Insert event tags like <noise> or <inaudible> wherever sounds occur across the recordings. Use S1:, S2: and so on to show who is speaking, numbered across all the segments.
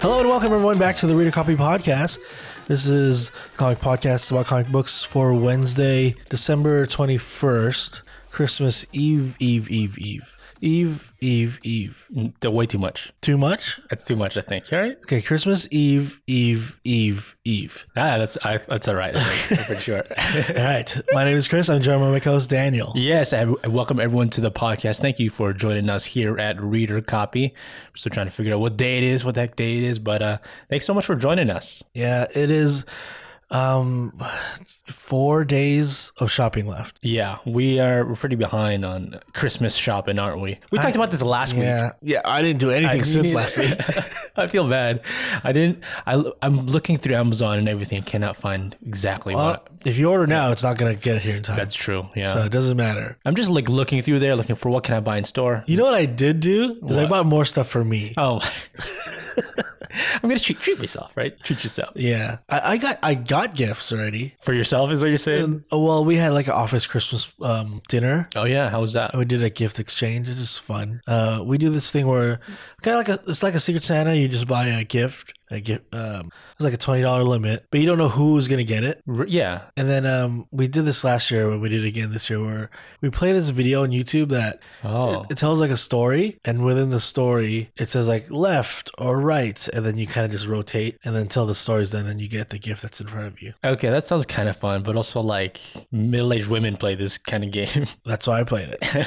S1: Hello and welcome everyone back to the Reader Copy Podcast. This is the comic podcast about comic books for Wednesday, December 21st, Christmas Eve, Eve, Eve, Eve. Eve, Eve, Eve.
S2: They're way too much.
S1: Too much?
S2: That's too much, I think. All right.
S1: Okay, Christmas Eve, Eve, Eve, Eve.
S2: Ah, that's I, that's all right. I think, I'm pretty sure.
S1: <laughs> All right. My name is Chris. I'm joined by my co-host Daniel.
S2: yes, I, I welcome everyone to the podcast. Thank you for joining us here at Reader Copy. We're still trying to figure out what day it is, what that day it is, but uh, thanks so much for joining us.
S1: Yeah, it is um four days of shopping left.
S2: Yeah, we are we're pretty behind on Christmas shopping, aren't we? We talked about this last week. <laughs>
S1: Yeah. Yeah, I didn't do anything since last week.
S2: I feel bad. I didn't. I, I'm looking through Amazon and everything. Cannot find exactly
S1: Well,
S2: what.
S1: if you order now, it's not gonna get here in time.
S2: That's true. Yeah.
S1: so it doesn't matter.
S2: I'm just like looking through there, looking for what can I buy in store.
S1: You know what I did do is I
S2: What?
S1: bought more stuff for me.
S2: Oh, <laughs> I'm gonna treat, treat myself, right? Treat yourself
S1: Yeah, I, I got I got gifts already.
S2: for yourself is what you're saying.
S1: And, oh, well, we had like an office Christmas um, dinner.
S2: oh yeah, how was that?
S1: We did a gift exchange. It's just fun. Uh, we do this thing where kind of like a, it's like a Secret Santa. You just buy a gift. A gift. Um, it's like a twenty dollar limit, but you don't know who's gonna get it.
S2: R- yeah,
S1: And then um, we did this last year, but we did it again this year, where we play this video on YouTube that
S2: Oh.
S1: it, it tells like a story, and within the story, it says like left or right, and then you kind of just rotate, and then until the story's done, and you get the gift that's in front of you.
S2: okay, that sounds kind of fun, but also like middle-aged women play this kind of game. <laughs>
S1: That's why I played it.
S2: well,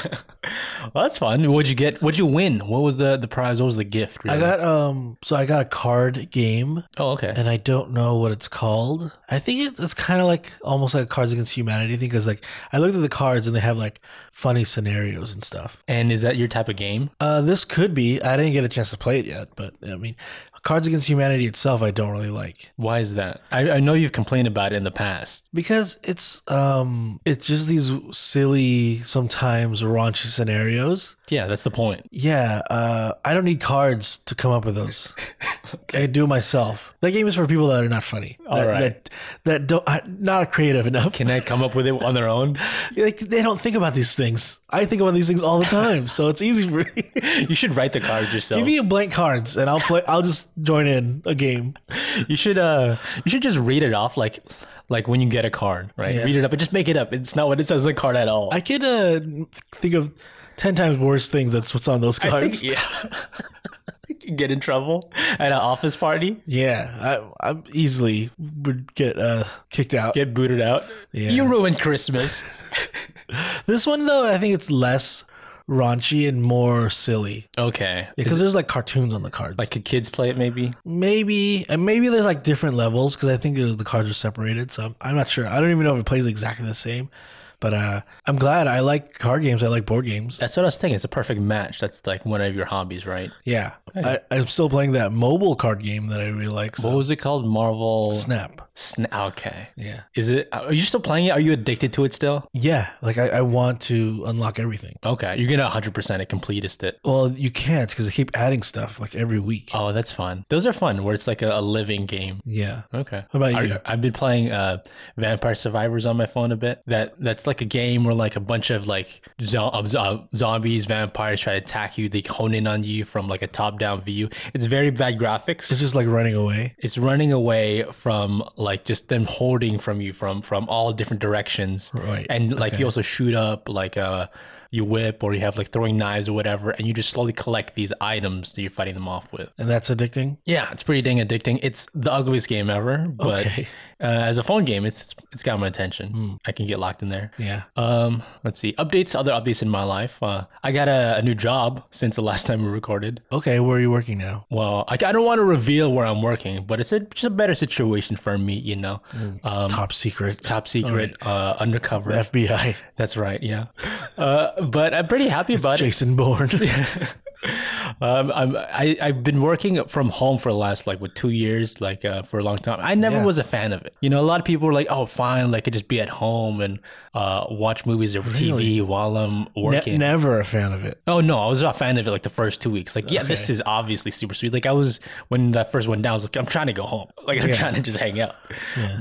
S2: that's fun. What'd you get? What'd you win? What was the the prize? What was the gift?
S1: I
S2: really?
S1: got um, so I got a card game,
S2: Oh, okay.
S1: and I don't know what it's called. I think it, it's kind of like almost like Cards Against Humanity thing, because like I looked at the cards, and they have like funny scenarios and stuff.
S2: And is that your type of game?
S1: Uh, this could be. I didn't get a chance to play it yet, but I mean, Cards Against Humanity itself, I don't really like
S2: Why is that? I, I know you've complained about it in the past.
S1: because it's um, it's just these silly, sometimes raunchy scenarios.
S2: Yeah, that's the point.
S1: Yeah, uh, I don't need cards to come up with
S2: <laughs>
S1: those. I can do it myself. That game is for people that are not funny.
S2: All
S1: that,
S2: right.
S1: that that don't I- not creative enough.
S2: Can they come up with it on their own?
S1: <laughs> Like they don't think about these things. I think about these things all the time, so it's easy for
S2: <laughs>
S1: me.
S2: You should write the cards yourself.
S1: Give me a blank cards, and I'll play. I'll just join in a game.
S2: You should uh you should just read it off like like when you get a card, right?
S1: Yeah.
S2: Read it up and just make it up. It's not what it says on the card at all.
S1: I could uh, think of ten times worse things. That's what's on those cards.
S2: yeah. <laughs> you get in trouble at an office party,
S1: yeah, I, I easily would get uh, kicked out.
S2: get booted out.
S1: Yeah.
S2: You ruined Christmas.
S1: This one though, I think it's less raunchy and more silly
S2: okay.
S1: because there's like cartoons on the cards.
S2: Like could kids play it maybe?
S1: maybe and maybe there's like different levels because I think it was, the cards are separated. So I'm, I'm not sure. I don't even know if it plays exactly the same. But uh, I'm glad I like card games. I like board games.
S2: That's what I was thinking. It's a perfect match. That's like one of your hobbies, right?
S1: Yeah, I, I'm still playing that mobile card game that I really like. So.
S2: What was it called? Marvel
S1: Snap.
S2: Sna- okay.
S1: Yeah.
S2: Is it are you still playing it? Are you addicted to it still?
S1: Yeah, like I, I want to unlock everything.
S2: Okay. You're gonna hundred percent it completist it.
S1: Well, you can't because they keep adding stuff like every week.
S2: Oh, that's fun. Those are fun where it's like a, a living game.
S1: Yeah.
S2: Okay.
S1: What about
S2: Are-
S1: you?
S2: I've been playing uh, Vampire Survivors on my phone a bit. That that's like a game where like a bunch of like zo- uh, zo- zombies, vampires try to attack you. They hone in on you from like a top-down view. It's very bad graphics.
S1: It's just like running away.
S2: It's running away from like just them hoarding from you from from all different directions.
S1: Right.
S2: And like you also shoot up like uh you whip or you have like throwing knives or whatever, and you just slowly collect these items that you're fighting them off with.
S1: And that's addicting.
S2: Yeah, it's pretty dang addicting. It's the ugliest game ever, but
S1: Okay.
S2: uh, as a phone game, it's it's got my attention. I can get locked in there.
S1: Yeah.
S2: Um, let's see updates, other updates in my life. Uh, I got a, a new job since the last <laughs> time we recorded.
S1: Okay, where are you working now?
S2: Well, I, I don't want to reveal where I'm working, but it's a, just a better situation for me, you know.
S1: It's top secret.
S2: Um, Top secret, uh, undercover.
S1: FBI.
S2: That's right. Yeah, uh, but I'm pretty happy about it.
S1: Jason
S2: <laughs>
S1: Bourne.
S2: Um, I'm, I I've been working from home for the last like what two years, like uh, for a long time. I never
S1: Yeah.
S2: was a fan of it. You know, a lot of people were like, "Oh, fine, like I could just be at home and uh, watch movies or TV while I'm
S1: Ne-
S2: working."
S1: never a fan of it.
S2: Oh no, I was not a fan of it like the first two weeks. Like, yeah, this is obviously super sweet. Like I was when that first went down, I was like, I'm trying to go home. <laughs> Like I'm trying to just hang out.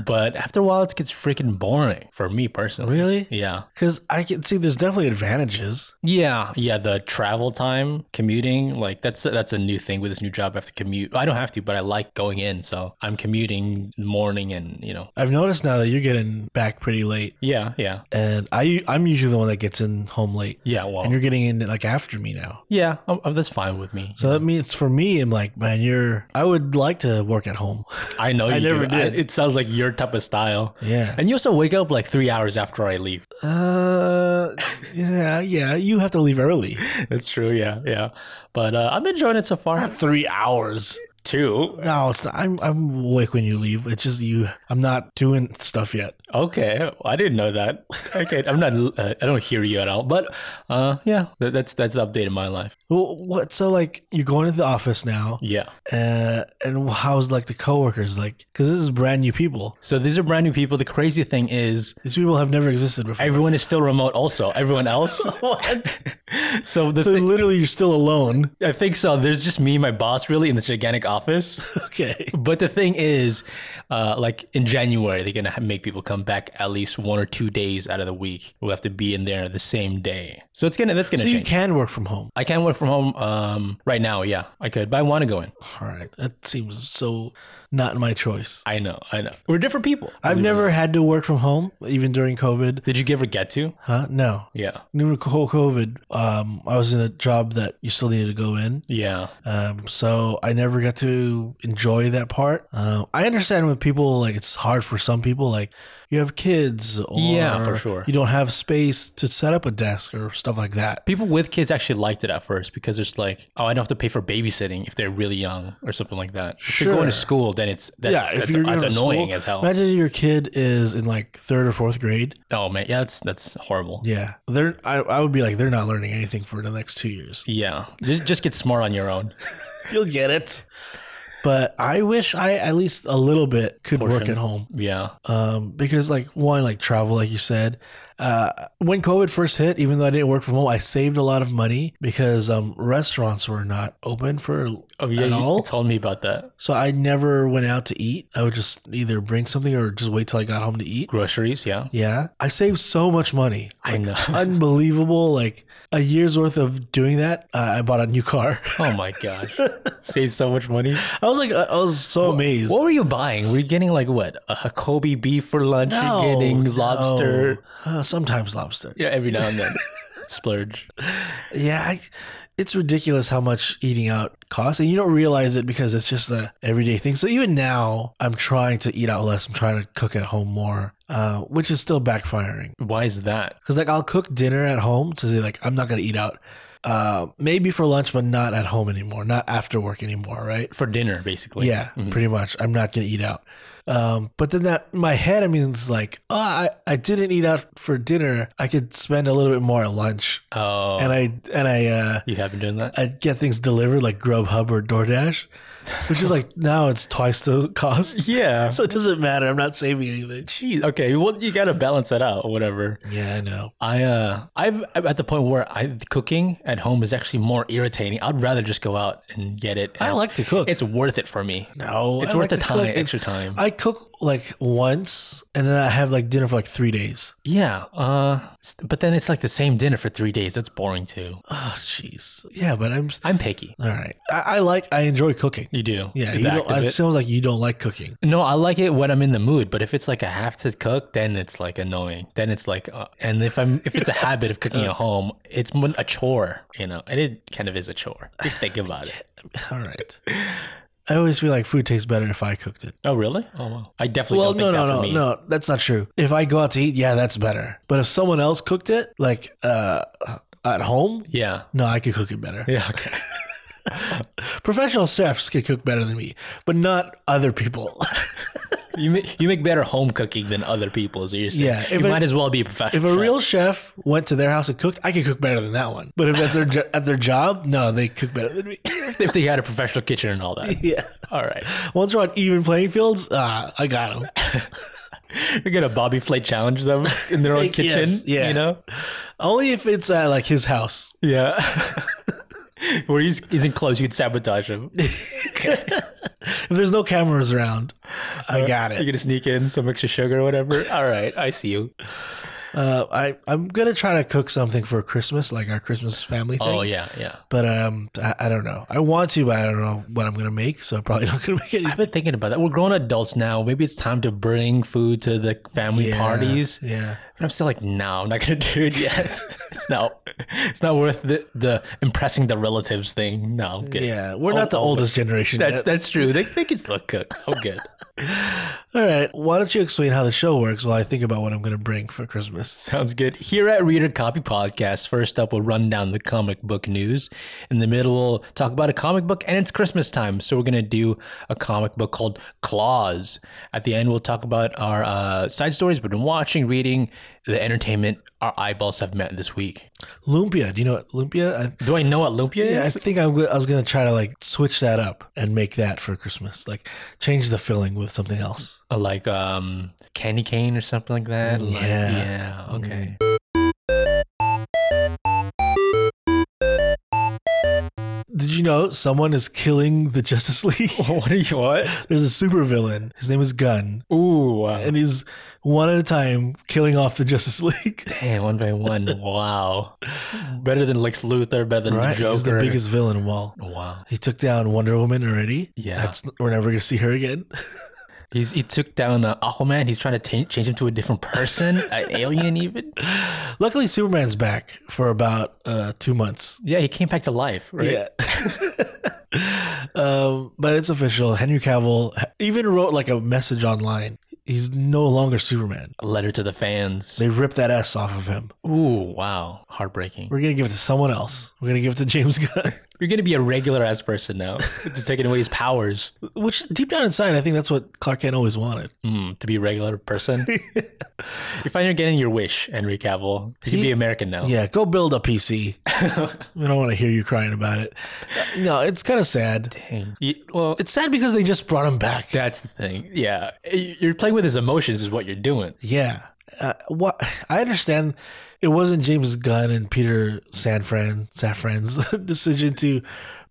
S2: But after a while it gets freaking boring for me personally.
S1: Really?
S2: Yeah.
S1: Because I can see there's definitely advantages.
S2: Yeah. Yeah. The travel time, commuting, like Like that's that's a new thing with this new job. I have to commute. I don't have to, but I like going in, so I'm commuting in the morning, and you know,
S1: I've noticed now that you're getting back pretty late,
S2: yeah, yeah,
S1: and I I'm usually the one that gets in home late,
S2: yeah. Well,
S1: and you're getting in like after me now.
S2: yeah, um, um, that's fine with me.
S1: So that means for me, I'm like, man, you're. I would like to work at home.
S2: I know. You
S1: I never
S2: do. I-
S1: did.
S2: it sounds like your type of style.
S1: Yeah.
S2: And you also wake up like three hours after I leave.
S1: Uh, yeah, yeah. You have to leave early.
S2: That's true. Yeah, yeah. But uh, I'm enjoying it so far.
S1: Not three hours.
S2: Two.
S1: No, it's not. I'm I'm awake when you leave. It's just you. I'm not doing stuff yet.
S2: Okay, I didn't know that. Okay, I'm not. Uh, I don't hear you at all. But uh, yeah, that, that's that's the update in my life.
S1: Well, what? So like, you're going to the office now,
S2: Yeah.
S1: uh, and how's like the coworkers like? Because this is brand new people.
S2: So these are brand new people. The crazy thing is,
S1: These people have never existed before.
S2: everyone is still remote. Also, everyone else.
S1: <laughs> What?
S2: <laughs> so the
S1: so <laughs>
S2: thing,
S1: literally, you're still alone.
S2: I think so. There's just me, and my boss, really, in this gigantic office. <laughs>
S1: Okay.
S2: But the thing is, uh, like in January, they're gonna ha- make people come back at least one or two days out of the week. We'll have to be in there the same day. So it's gonna that's
S1: <laughs>
S2: gonna
S1: So you
S2: change.
S1: can work from home.
S2: I can work from home um, right now. Yeah, I could, but I want to go in.
S1: All right. That seems so not my choice.
S2: I know, I know. We're different people.
S1: I've never had to work from home, even during COVID.
S2: Did you ever get to?
S1: Huh? No.
S2: Yeah,
S1: During COVID, um, I was in a job that you still needed to go in.
S2: yeah,
S1: Um, so I never got to enjoy that part. Uh, I understand with people like it's hard for some people, like you have kids or
S2: Yeah, for sure.
S1: you don't have space to set up a desk or stuff like that.
S2: People with kids actually liked it at first because it's like, oh, I don't have to pay for babysitting if they're really young or something like that. If you're going
S1: Sure.
S2: to school, then it's that's, that's,
S1: you're
S2: that's
S1: going to
S2: annoying
S1: school-
S2: as hell.
S1: Imagine your kid is in like third or fourth grade.
S2: Oh man, yeah, that's that's horrible.
S1: Yeah, they're. I, I would be like they're not learning anything for the next two years.
S2: Yeah, just just get smart on your own.
S1: You'll get it. But I wish I at least a little bit could work
S2: Portion.
S1: at home.
S2: Yeah,
S1: um, because like one like travel like you said uh, when covid first hit even though i didn't work from home i saved a lot of money because um, restaurants were not open for
S2: oh yeah,
S1: at
S2: you
S1: all
S2: told me about that
S1: so i never went out to eat i would just either bring something or just wait till i got home to eat
S2: groceries. Yeah,
S1: yeah i saved so much money
S2: I know. <laughs>
S1: unbelievable like a year's worth of doing that uh, i bought a new car <laughs>
S2: oh my gosh, save so much money.
S1: i was like i I was so amazed
S2: What were you buying? Were you getting like what a Kobe beef for lunch? You're getting
S1: No,
S2: lobster.
S1: no. Uh, sometimes lobster
S2: Yeah, every now and then. <laughs> Splurge.
S1: Yeah, I, it's ridiculous how much eating out costs, and you don't realize it because it's just a everyday thing. So even now, I'm trying to eat out less. I'm trying to cook at home more, uh, which is still backfiring.
S2: Why is that?
S1: Because like I'll cook dinner at home to say like I'm not gonna eat out, uh, maybe for lunch, but not at home anymore, not after work anymore, right?
S2: For dinner, basically.
S1: yeah, pretty much. I'm not gonna eat out. Um, but then that in my head, I mean, it's like, oh, I, I didn't eat out for dinner. I could spend a little bit more at lunch,
S2: Oh,
S1: and I and I uh,
S2: you have been doing that?
S1: I'd get things delivered like Grubhub or DoorDash, which is like now it's twice the
S2: <laughs>
S1: cost. <laughs>
S2: yeah.
S1: So it doesn't matter. I'm not saving anything.
S2: Jeez. Okay. Well, you gotta balance that out, or whatever.
S1: Yeah, I know.
S2: I uh, I've I'm at the point where I cooking at home is actually more irritating. I'd rather just go out and get it.
S1: I
S2: and
S1: like to cook.
S2: It's worth it for me.
S1: no,
S2: It's
S1: I
S2: worth
S1: like
S2: the
S1: to
S2: time,
S1: cook. It-
S2: extra time.
S1: I cook like once, and then I have like dinner for like three days.
S2: yeah. Uh, s- but then it's like the same dinner for three days. That's boring too.
S1: Oh, jeez. Yeah, but I'm
S2: I'm picky.
S1: all right. I, I like. I enjoy cooking.
S2: You do.
S1: Yeah,
S2: The
S1: you
S2: act
S1: don't,
S2: of
S1: it
S2: it.
S1: sounds like you don't like cooking. <laughs>
S2: No, I like it when I'm in the mood, but if it's like I have to cook, then it's like annoying. Then it's like, uh, and if I'm
S1: <laughs>
S2: if it's a habit of cooking at home, it's more a chore, you know, and it kind of is a chore. If you think
S1: <laughs>
S2: about it.
S1: All right. I always feel like food tastes better if I cooked it.
S2: Oh really? Oh wow. I definitely
S1: Well,
S2: don't think
S1: no, no,
S2: that for
S1: no,
S2: me.
S1: no. That's not true. If I go out to eat, yeah, that's better. But if someone else cooked it, like uh, at home,
S2: Yeah.
S1: no, I could cook it better.
S2: Yeah. <laughs> Okay.
S1: Professional chefs can cook better than me, but not other people. <laughs>
S2: you make you make better home cooking than other people. So you're saying
S1: Yeah,
S2: you
S1: if a-
S2: might as well be a professional.
S1: if a
S2: chef.
S1: real chef went to their house and cooked, I could cook better than that one. But if at their jo- at their job, no, they cook better than me.
S2: <laughs>
S1: <laughs>
S2: if they had a professional kitchen and all that.
S1: yeah.
S2: All right.
S1: Once we're on even playing fields, ah, I got them.
S2: You're gonna Bobby Flay challenge them in their
S1: <laughs>
S2: own
S1: Yes,
S2: kitchen.
S1: yeah.
S2: You know?
S1: Only if it's at like his house.
S2: Yeah. <laughs> Where he's, he's in clothes, you could sabotage him. Okay.
S1: If there's no cameras around, I got
S2: You're
S1: it. <laughs>
S2: gonna sneak in some extra sugar or whatever. All right, I see you.
S1: Uh, I I'm gonna try to cook something for Christmas, like our Christmas family thing.
S2: Oh yeah, yeah.
S1: But um, I, I don't know. I want to, but I don't know what I'm gonna make. So I'm probably <laughs> not gonna make any
S2: I've been thinking about that. We're grown adults now. Maybe it's time to bring food to the family
S1: Yeah,
S2: <laughs> parties.
S1: Yeah.
S2: But I'm still like, no, I'm not gonna do
S1: <laughs>
S2: it yet. it's not, it's not worth the, the impressing the relatives thing. No, I'm good.
S1: Yeah, we're not the
S2: oh, but
S1: oldest generation.
S2: That's
S1: That's
S2: that's true. They, they can still cook. I'm good.
S1: all right. Why don't you explain how the show works while I think about what I'm going to bring for Christmas?
S2: Sounds good. Here at Reader Copy Podcast, first up, we'll run down the comic book news. In the middle, we'll talk about a comic book, and it's Christmas time, so we're going to do a comic book called Claws. At the end, we'll talk about our uh, side stories we've been watching, reading, the entertainment our eyeballs have met this week.
S1: Lumpia. Do you know what lumpia? I,
S2: Do I know what Lumpia
S1: yeah, I
S2: is?
S1: think I'm, go- I was going to try to like switch that up and make that for Christmas. Like change the filling with something else.
S2: Uh, Like um, candy cane or something like that? Like-
S1: Yeah.
S2: yeah, okay.
S1: Did you know someone is killing the Justice <laughs> League?
S2: <laughs> what are you, what?
S1: There's a supervillain. His name is Gunn,
S2: Ooh,
S1: <laughs>
S2: wow.
S1: and he's one at a time killing off the Justice
S2: <laughs>
S1: League.
S2: Damn, one by one. Wow. Better than Lex Luthor, better than
S1: right?
S2: the Joker.
S1: He's the biggest villain of all.
S2: Oh, Wow.
S1: He took down Wonder Woman already.
S2: Yeah.
S1: That's we're never going to see her again. <laughs>
S2: He's he took down uh, Aquaman. He's trying to ta- change him to a different person,
S1: <laughs>
S2: an alien even.
S1: Luckily, Superman's back for about uh, two months.
S2: Yeah, he came back to life, right?
S1: Yeah. <laughs> um, but it's official. Henry Cavill even wrote like a message online. He's no longer Superman.
S2: A letter to the fans.
S1: They ripped that S off of him.
S2: Ooh, wow, heartbreaking.
S1: We're gonna give it to someone else. We're gonna give it to James <laughs> Gunn.
S2: You're gonna be a regular ass person now, just taking away his
S1: <laughs>
S2: powers
S1: Which deep down inside, I think that's what Clark Kent always wanted.
S2: mm, to be a
S1: <laughs>
S2: regular person. you find you're getting your wish, Henry Cavill. You can
S1: He-
S2: be American now.
S1: Yeah, go build a PC. we don't want to hear you crying about it. No, it's kind of sad.
S2: Dang. You- well,
S1: It's sad because they just brought him back.
S2: that's the thing. Yeah, You- you're playing with his emotions, is what you're doing.
S1: Yeah. Uh, what I understand, it wasn't James Gunn and Peter Sanfran Safran's <laughs> decision to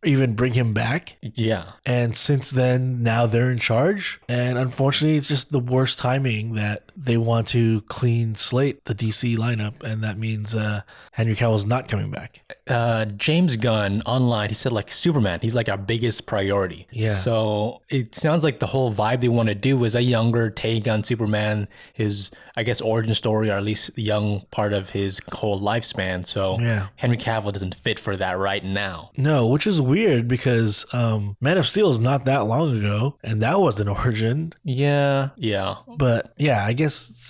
S1: even bring him back.
S2: Yeah.
S1: And since then, now they're in charge. And unfortunately, it's just the worst timing that they want to clean slate the DC lineup, and that means uh, Henry Cavill's not coming back.
S2: uh, James Gunn online, he said like Superman, he's like our biggest priority.
S1: Yeah.
S2: So it sounds like the whole vibe they want to do is a younger take on Superman, his I guess origin story, or at least the young part of his whole lifespan. So
S1: Yeah.
S2: Henry Cavill doesn't fit for that right now.
S1: No, which is weird because um, Man of Steel is not that long ago, and that was an <laughs> origin.
S2: Yeah. Yeah.
S1: But yeah, I guess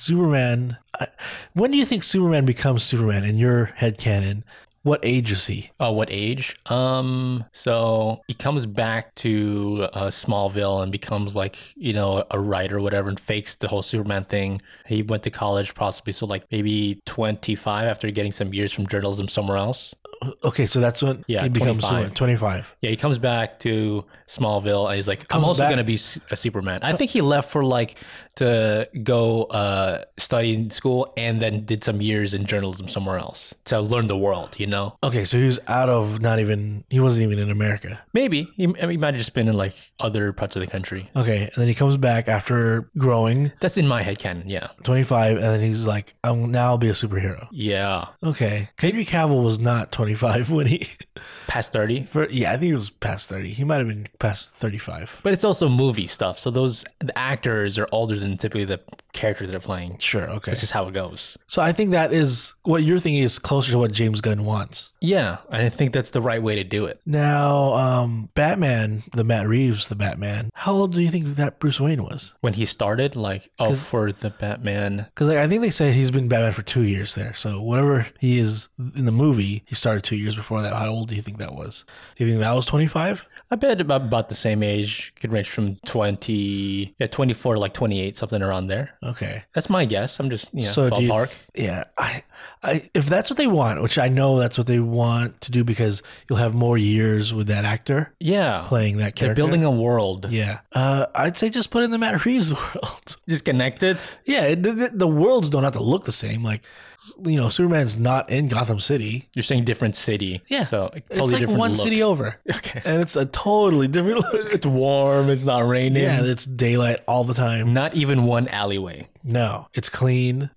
S1: Superman. I, when do you think Superman becomes Superman in your head canon? What age is he?
S2: Uh, what age? Um, so he comes back to uh, Smallville and becomes like you know a writer, or whatever, and fakes the whole Superman thing. He went to college, possibly, so like maybe twenty five after getting some years from journalism somewhere else.
S1: Okay, so that's when
S2: Yeah,
S1: he becomes
S2: 25.
S1: Superman. Twenty-five.
S2: Yeah, he comes back to Smallville and he's like, "I'm
S1: Comes
S2: also
S1: back-
S2: gonna be s- a Superman." I think he left for like to go uh, study in school and then did some years in journalism somewhere else to learn the world. You know,
S1: Okay, so he was out of not even he wasn't even in America.
S2: maybe he, he might have just been in like other parts of the country.
S1: Okay, and then he comes back after growing
S2: That's in my head canon, yeah.
S1: twenty-five, and then he's like, "I'm now I'll be a superhero."
S2: Yeah.
S1: Okay, Henry Cavill was not twenty-five <laughs> when he.
S2: Past 30.
S1: For, yeah, I think he was past thirty. He might have been past thirty-five.
S2: But it's also movie stuff. So those the actors are older than typically the character they're playing.
S1: Sure. Okay.
S2: That's just how it goes.
S1: So I think that is what you're thinking is closer to what James Gunn wants.
S2: Yeah. And I think that's the right way to do it.
S1: Now, um, Batman, the Matt Reeves, the Batman. How old do you think that Bruce Wayne was?
S2: When he started, like, oh,
S1: 'Cause-
S2: for the Batman.
S1: Because like, I think they said he's been Batman for two years there. So whatever he is in the movie, he started two years before that. How old do you think that was? Do you think that was 25?
S2: I bet about, about the same age. Could range from 20, yeah, 24 to like 28, something around there.
S1: Okay.
S2: That's my guess. I'm just, you know,
S1: so do you,
S2: ballpark.
S1: yeah, I, I, if that's what they want, which I know that's what they want to do because you'll have more years with that actor
S2: yeah.
S1: playing that
S2: They're
S1: character.
S2: building a world.
S1: yeah, uh, I'd say just put in the Matt Reeves <laughs> world.
S2: Just connect it.
S1: Yeah, it, the, the worlds don't have to look the same. Like, you know, Superman's not in Gotham City.
S2: You're saying different city.
S1: Yeah.
S2: So
S1: It's
S2: totally
S1: like
S2: different
S1: one
S2: look.
S1: city over,
S2: <laughs> Okay.
S1: <laughs> and it's a totally <laughs> different. Look.
S2: It's warm. It's not raining.
S1: Yeah, it's daylight all the time.
S2: Not even one alleyway.
S1: no, it's clean.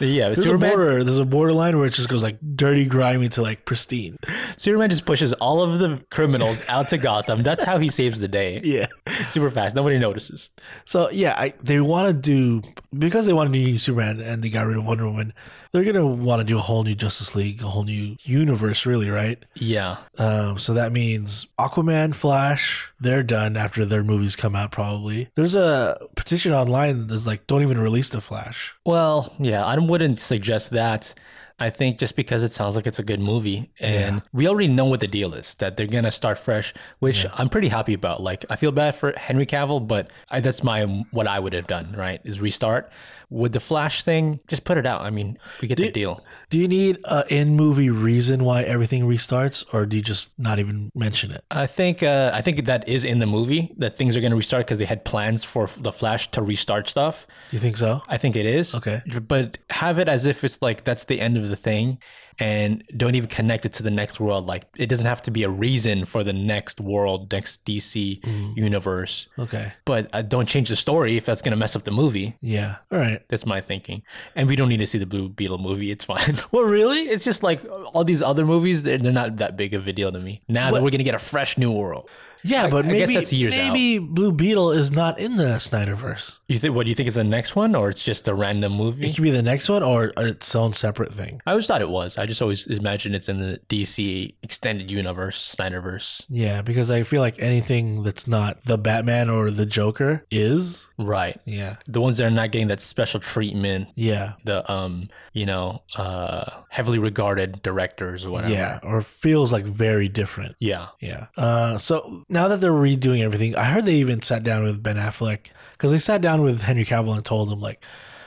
S2: Yeah,
S1: There's
S2: Superman.
S1: a border. There's a borderline where it just goes like dirty, grimy to like pristine. <laughs>
S2: Superman just pushes all of the criminals out to Gotham. That's how he saves the day.
S1: Yeah.
S2: Super fast. Nobody notices.
S1: So yeah, I, they want to do because they wanted to do Superman and they got rid of Wonder Woman. They're gonna want to do a whole new Justice League, a whole new universe, really, right?
S2: Yeah.
S1: Um, so that means Aquaman, Flash, they're done after their movies come out. Probably there's a petition online that's like, don't even release the Flash.
S2: Well, yeah, I wouldn't suggest that. I think just because it sounds like it's a good movie and we already know what the deal is that they're going to start fresh, which I'm pretty happy about. Like I feel bad for Henry Cavill, but I, that's my what I would have done, right? Is restart with the Flash thing, just put it out. I mean, we get the deal.
S1: Do you need a in movie reason why everything restarts, or do you just not even mention it?
S2: I think uh, I think that is in the movie that things are going to restart because they had plans for the Flash to restart stuff.
S1: You think so?
S2: I think it is.
S1: Okay.
S2: But have it as if it's like that's the end of the thing and don't even connect it to the next world. Like it doesn't have to be a reason for the next world, next DC universe.
S1: Okay.
S2: But uh, don't change the story if that's going to mess up the movie.
S1: Yeah. All right.
S2: That's my thinking. And we don't need to see the Blue Beetle movie. It's <laughs> fine.
S1: Well, really?
S2: it's just like all these other movies, they're, they're not that big of a deal to me. Now that we're going to get a fresh new world.
S1: Yeah, but
S2: I
S1: maybe
S2: guess that's years out.
S1: maybe Blue Beetle is not in the Snyderverse.
S2: You think what do you think is the next one or it's just a random movie?
S1: It could be the next one or its own separate thing.
S2: I always thought it was. I just always imagined it's in the DC extended universe, Snyderverse.
S1: Yeah, because I feel like anything that's not the Batman or the Joker is.
S2: Right.
S1: Yeah.
S2: The ones that are not getting that special treatment,
S1: Yeah.
S2: the um, you know, uh heavily regarded directors or whatever.
S1: Yeah. Or feels like very different.
S2: Yeah.
S1: Yeah. Uh, so now that they're redoing everything, I heard they even sat down with Ben Affleck because they sat down with Henry Cavill and told him like,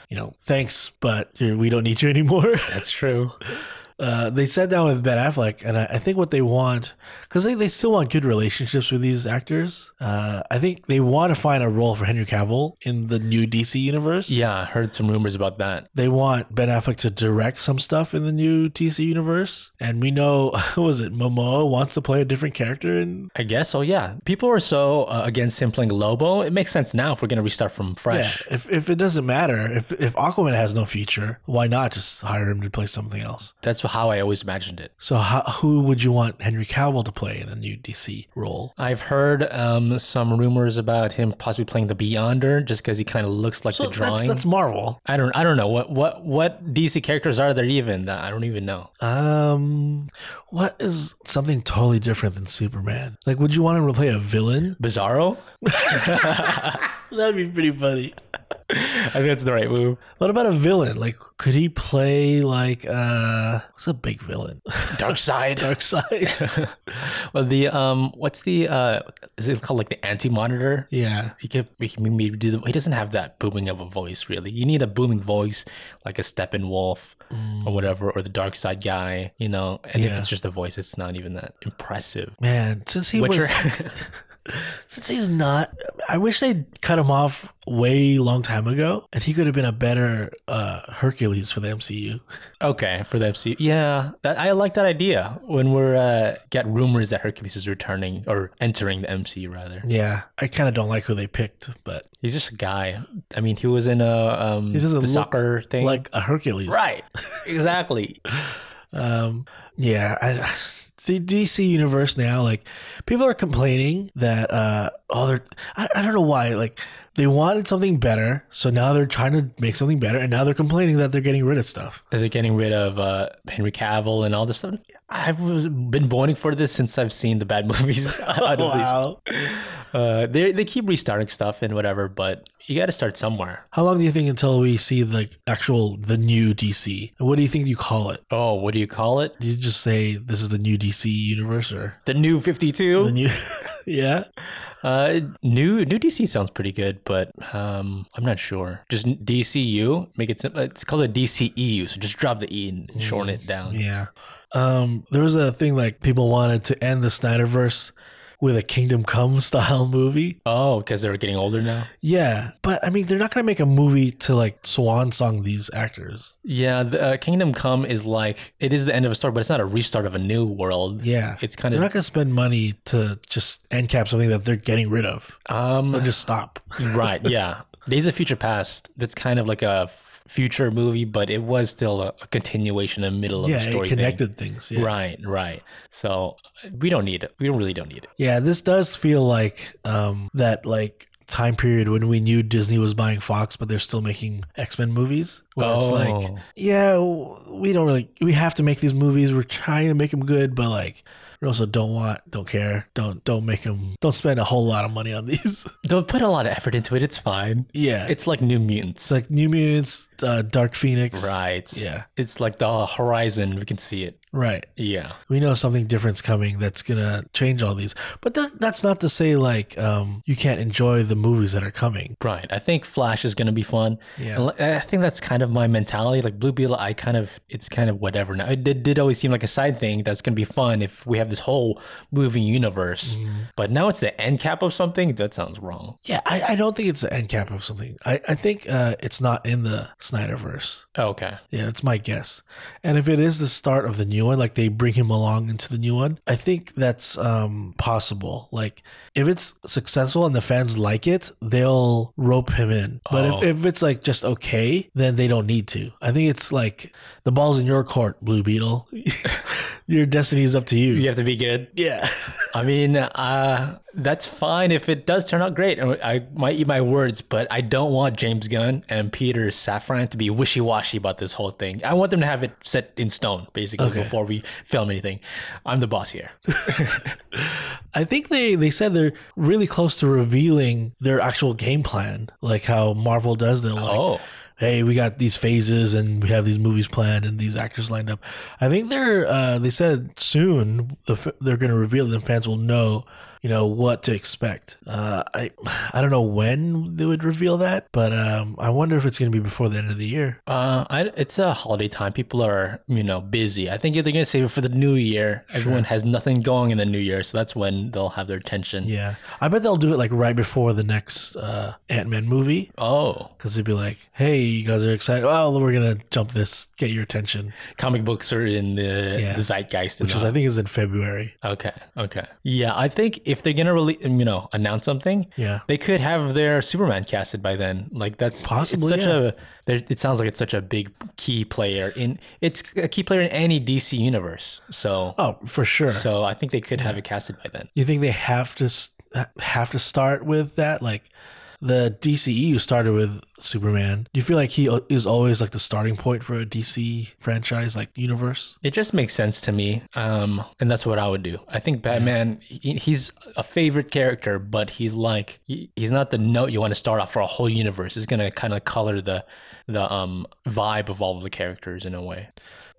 S1: you know, thanks, but you're, we don't need you <laughs> anymore.
S2: That's true.
S1: Uh, they sat down with Ben Affleck, and I, I think what they want, because they, they still want good relationships with these actors. Uh, I think they want to find a role for Henry Cavill in the new DC universe.
S2: Yeah, I heard some rumors about that.
S1: They want Ben Affleck to direct some stuff in the new DC universe, and we know <laughs> what was it Momoa wants to play a different character in.
S2: I guess so, yeah. People are so uh, against him playing Lobo. It makes sense now if we're going to restart from
S1: Yeah,
S2: fresh.
S1: if, if it doesn't matter, if if Aquaman has no future, why not just hire him to play something else?
S2: That's how I always imagined it.
S1: So, how, who would you want Henry Cavill to play in a new DC role?
S2: I've heard um, some rumors about him possibly playing the Beyonder just because he kind of looks like
S1: So
S2: the drawing.
S1: that's, that's Marvel.
S2: I don't I don't know what what what DC characters are there even that I don't even know.
S1: Um, what is something totally different than Superman? Like, would you want him to play a villain?
S2: Bizarro?
S1: That'd be pretty funny.
S2: I think that's the right move.
S1: What about a villain? Like, could he play like uh, what's a big villain? <laughs>
S2: Dark side. <laughs>
S1: Dark Side.
S2: well, the um, what's the uh, is it called like the anti monitor?
S1: yeah,
S2: He could we can maybe do the. He doesn't have that booming of a voice really. You need a booming voice like a Steppenwolf
S1: Mm.
S2: or whatever, or the Dark Side guy. You know, and if
S1: Yeah.
S2: it's just a voice, it's not even that impressive.
S1: man. Since he
S2: Witcher.
S1: was, since he's not, I wish they cut him off way long time ago, and he could have been a better uh Hercules for the MCU.
S2: Okay, for the MCU. Yeah, that, I like that idea. When we're uh, get rumors that Hercules is returning or entering the MCU rather.
S1: Yeah, I kind of don't like who they picked, but
S2: He's just a guy. I mean, he was in a um
S1: doesn't
S2: the
S1: look
S2: soccer thing.
S1: like a Hercules,
S2: right. Exactly. <laughs>
S1: Um, yeah, I, <sighs> the DC universe now, like people are complaining that uh, oh, they're I, I don't know why, like they wanted something better, so now they're trying to make something better, and now they're complaining that they're getting rid of stuff.
S2: They're getting rid of uh, Henry Cavill and all this stuff. I've was- been voting for this since I've seen the
S1: <laughs>
S2: bad <laughs> movies.
S1: Oh,
S2: out of these. Uh, they they keep restarting stuff and whatever, but you got to start somewhere.
S1: How long do you think until we see the actual the new DC? And what do you think you call it?
S2: Oh, what do you call it?
S1: Do you just say this is the new DC universe or
S2: The new Fifty Two.
S1: the new? <laughs> yeah,
S2: Uh, new new DC sounds pretty good, but um, I'm not sure. Just DCU, make it simple. It's called a DCEU, so just drop the E and shorten it down.
S1: Yeah. Um, there was a thing like people wanted to end the Snyderverse with a Kingdom Come <laughs> style movie.
S2: Oh, because they're getting older now.
S1: Yeah, but I mean, they're not gonna make a movie to like swan song these actors.
S2: Yeah, the, uh, Kingdom Come is like it is the end of a story, but it's not a restart of a new world.
S1: Yeah,
S2: It's kind
S1: they're
S2: of
S1: not gonna spend money to just end cap something that they're getting rid of.
S2: um <laughs>
S1: They'll just stop.
S2: right. Yeah, Days of Future Past. That's kind of like a f- future movie, but it was still a, a continuation in the middle of
S1: yeah,
S2: the story.
S1: it
S2: thing.
S1: connected things. Yeah.
S2: Right, right. So we don't need it. We really don't need it.
S1: Yeah, this does feel like um, that like time period when we knew Disney was buying Fox, but they're still making X Men movies. Where it's like,
S2: Oh.
S1: yeah, w- we don't really, we have to make these movies. We're trying to make them good, but like, we also don't want, don't care, don't don't make them, don't spend a whole lot of money on these. <laughs>
S2: Don't put a lot of effort into it. It's fine.
S1: yeah, it's
S2: It's like New Mutants.
S1: like New Mutants, uh, Dark Phoenix.
S2: right.
S1: Yeah.
S2: It's like the horizon. We can see it.
S1: Right.
S2: Yeah.
S1: we know something different's coming that's gonna change all these. But that, that's not to say like um, you can't enjoy the movies that are coming.
S2: Right. I think Flash is going to be fun.
S1: Yeah.
S2: And li- I think that's kind of my mentality. Like Blue Beetle, I kind of, it's kind of whatever now. It did, did always seem like a side thing that's going to be fun if we have this whole moving universe. But now it's the end cap of something. That sounds wrong.
S1: Yeah, I, I don't think it's the end cap of something. I, I think uh, it's not in the Snyderverse.
S2: Okay.
S1: Yeah, that's my guess. And if it is the start of the new one, like they bring him along into the new one, I think that's um, possible. Like if it's successful and the fans like it, they'll rope him in. But
S2: Oh.
S1: if, if it's like just okay, then they don't need to. I think it's like the ball's in your court, Blue Beetle. <laughs> your destiny is up to you.
S2: You have to be good.
S1: Yeah.
S2: I mean, uh, that's fine if it does turn out great. and I might eat my words, but I don't want James Gunn and Peter Safran to be wishy washy about this whole thing. I want them to have it set in stone, basically,
S1: Okay.
S2: before we film anything. I'm the boss here.
S1: I think they, they said they're really close to revealing their actual game plan, like how Marvel does. They're like,
S2: oh,
S1: hey, we got these phases and we have these movies planned and these actors lined up. I think they're uh, they said soon the f- they're going to reveal it and fans will know you know what to expect. Uh, I <sighs> I don't know when they would reveal that, but um, I wonder if it's going to be before the end of the year.
S2: uh, I, it's a holiday time. People are, you know, busy. I think they're gonna save it for the new year. Everyone has nothing going in the new year, so that's when they'll have their attention.
S1: Yeah, I bet they'll do it like right before the next uh, Ant Man movie.
S2: Oh,
S1: Because they'd be like, hey, you guys are excited. Well, we're going to jump this, get your attention,
S2: comic books are in the,
S1: Yeah.
S2: the zeitgeist, in
S1: which
S2: the
S1: is, I think, is in February.
S2: Okay. Okay. Yeah, I think if they're gonna really, you know, announce something,
S1: Yeah.
S2: they could have their Superman casted by then. Like that's
S1: Possibly,
S2: It's such
S1: yeah.
S2: a. There, it sounds like it's such a big key player in. It's a key player in any DC universe. So.
S1: Oh, for sure.
S2: So I think they could have it casted by then.
S1: You think they have to s- have to start with that? Like the DCEU started with Superman. Do you feel like he o- is always like the starting point for a DC franchise, like universe?
S2: It just makes sense to me, um, and that's what I would do. I think Batman, he, he's a favorite character, but he's like he, he's not the note you want to start off for a whole universe. It's gonna kind of color the the um, vibe of all of the characters in a way.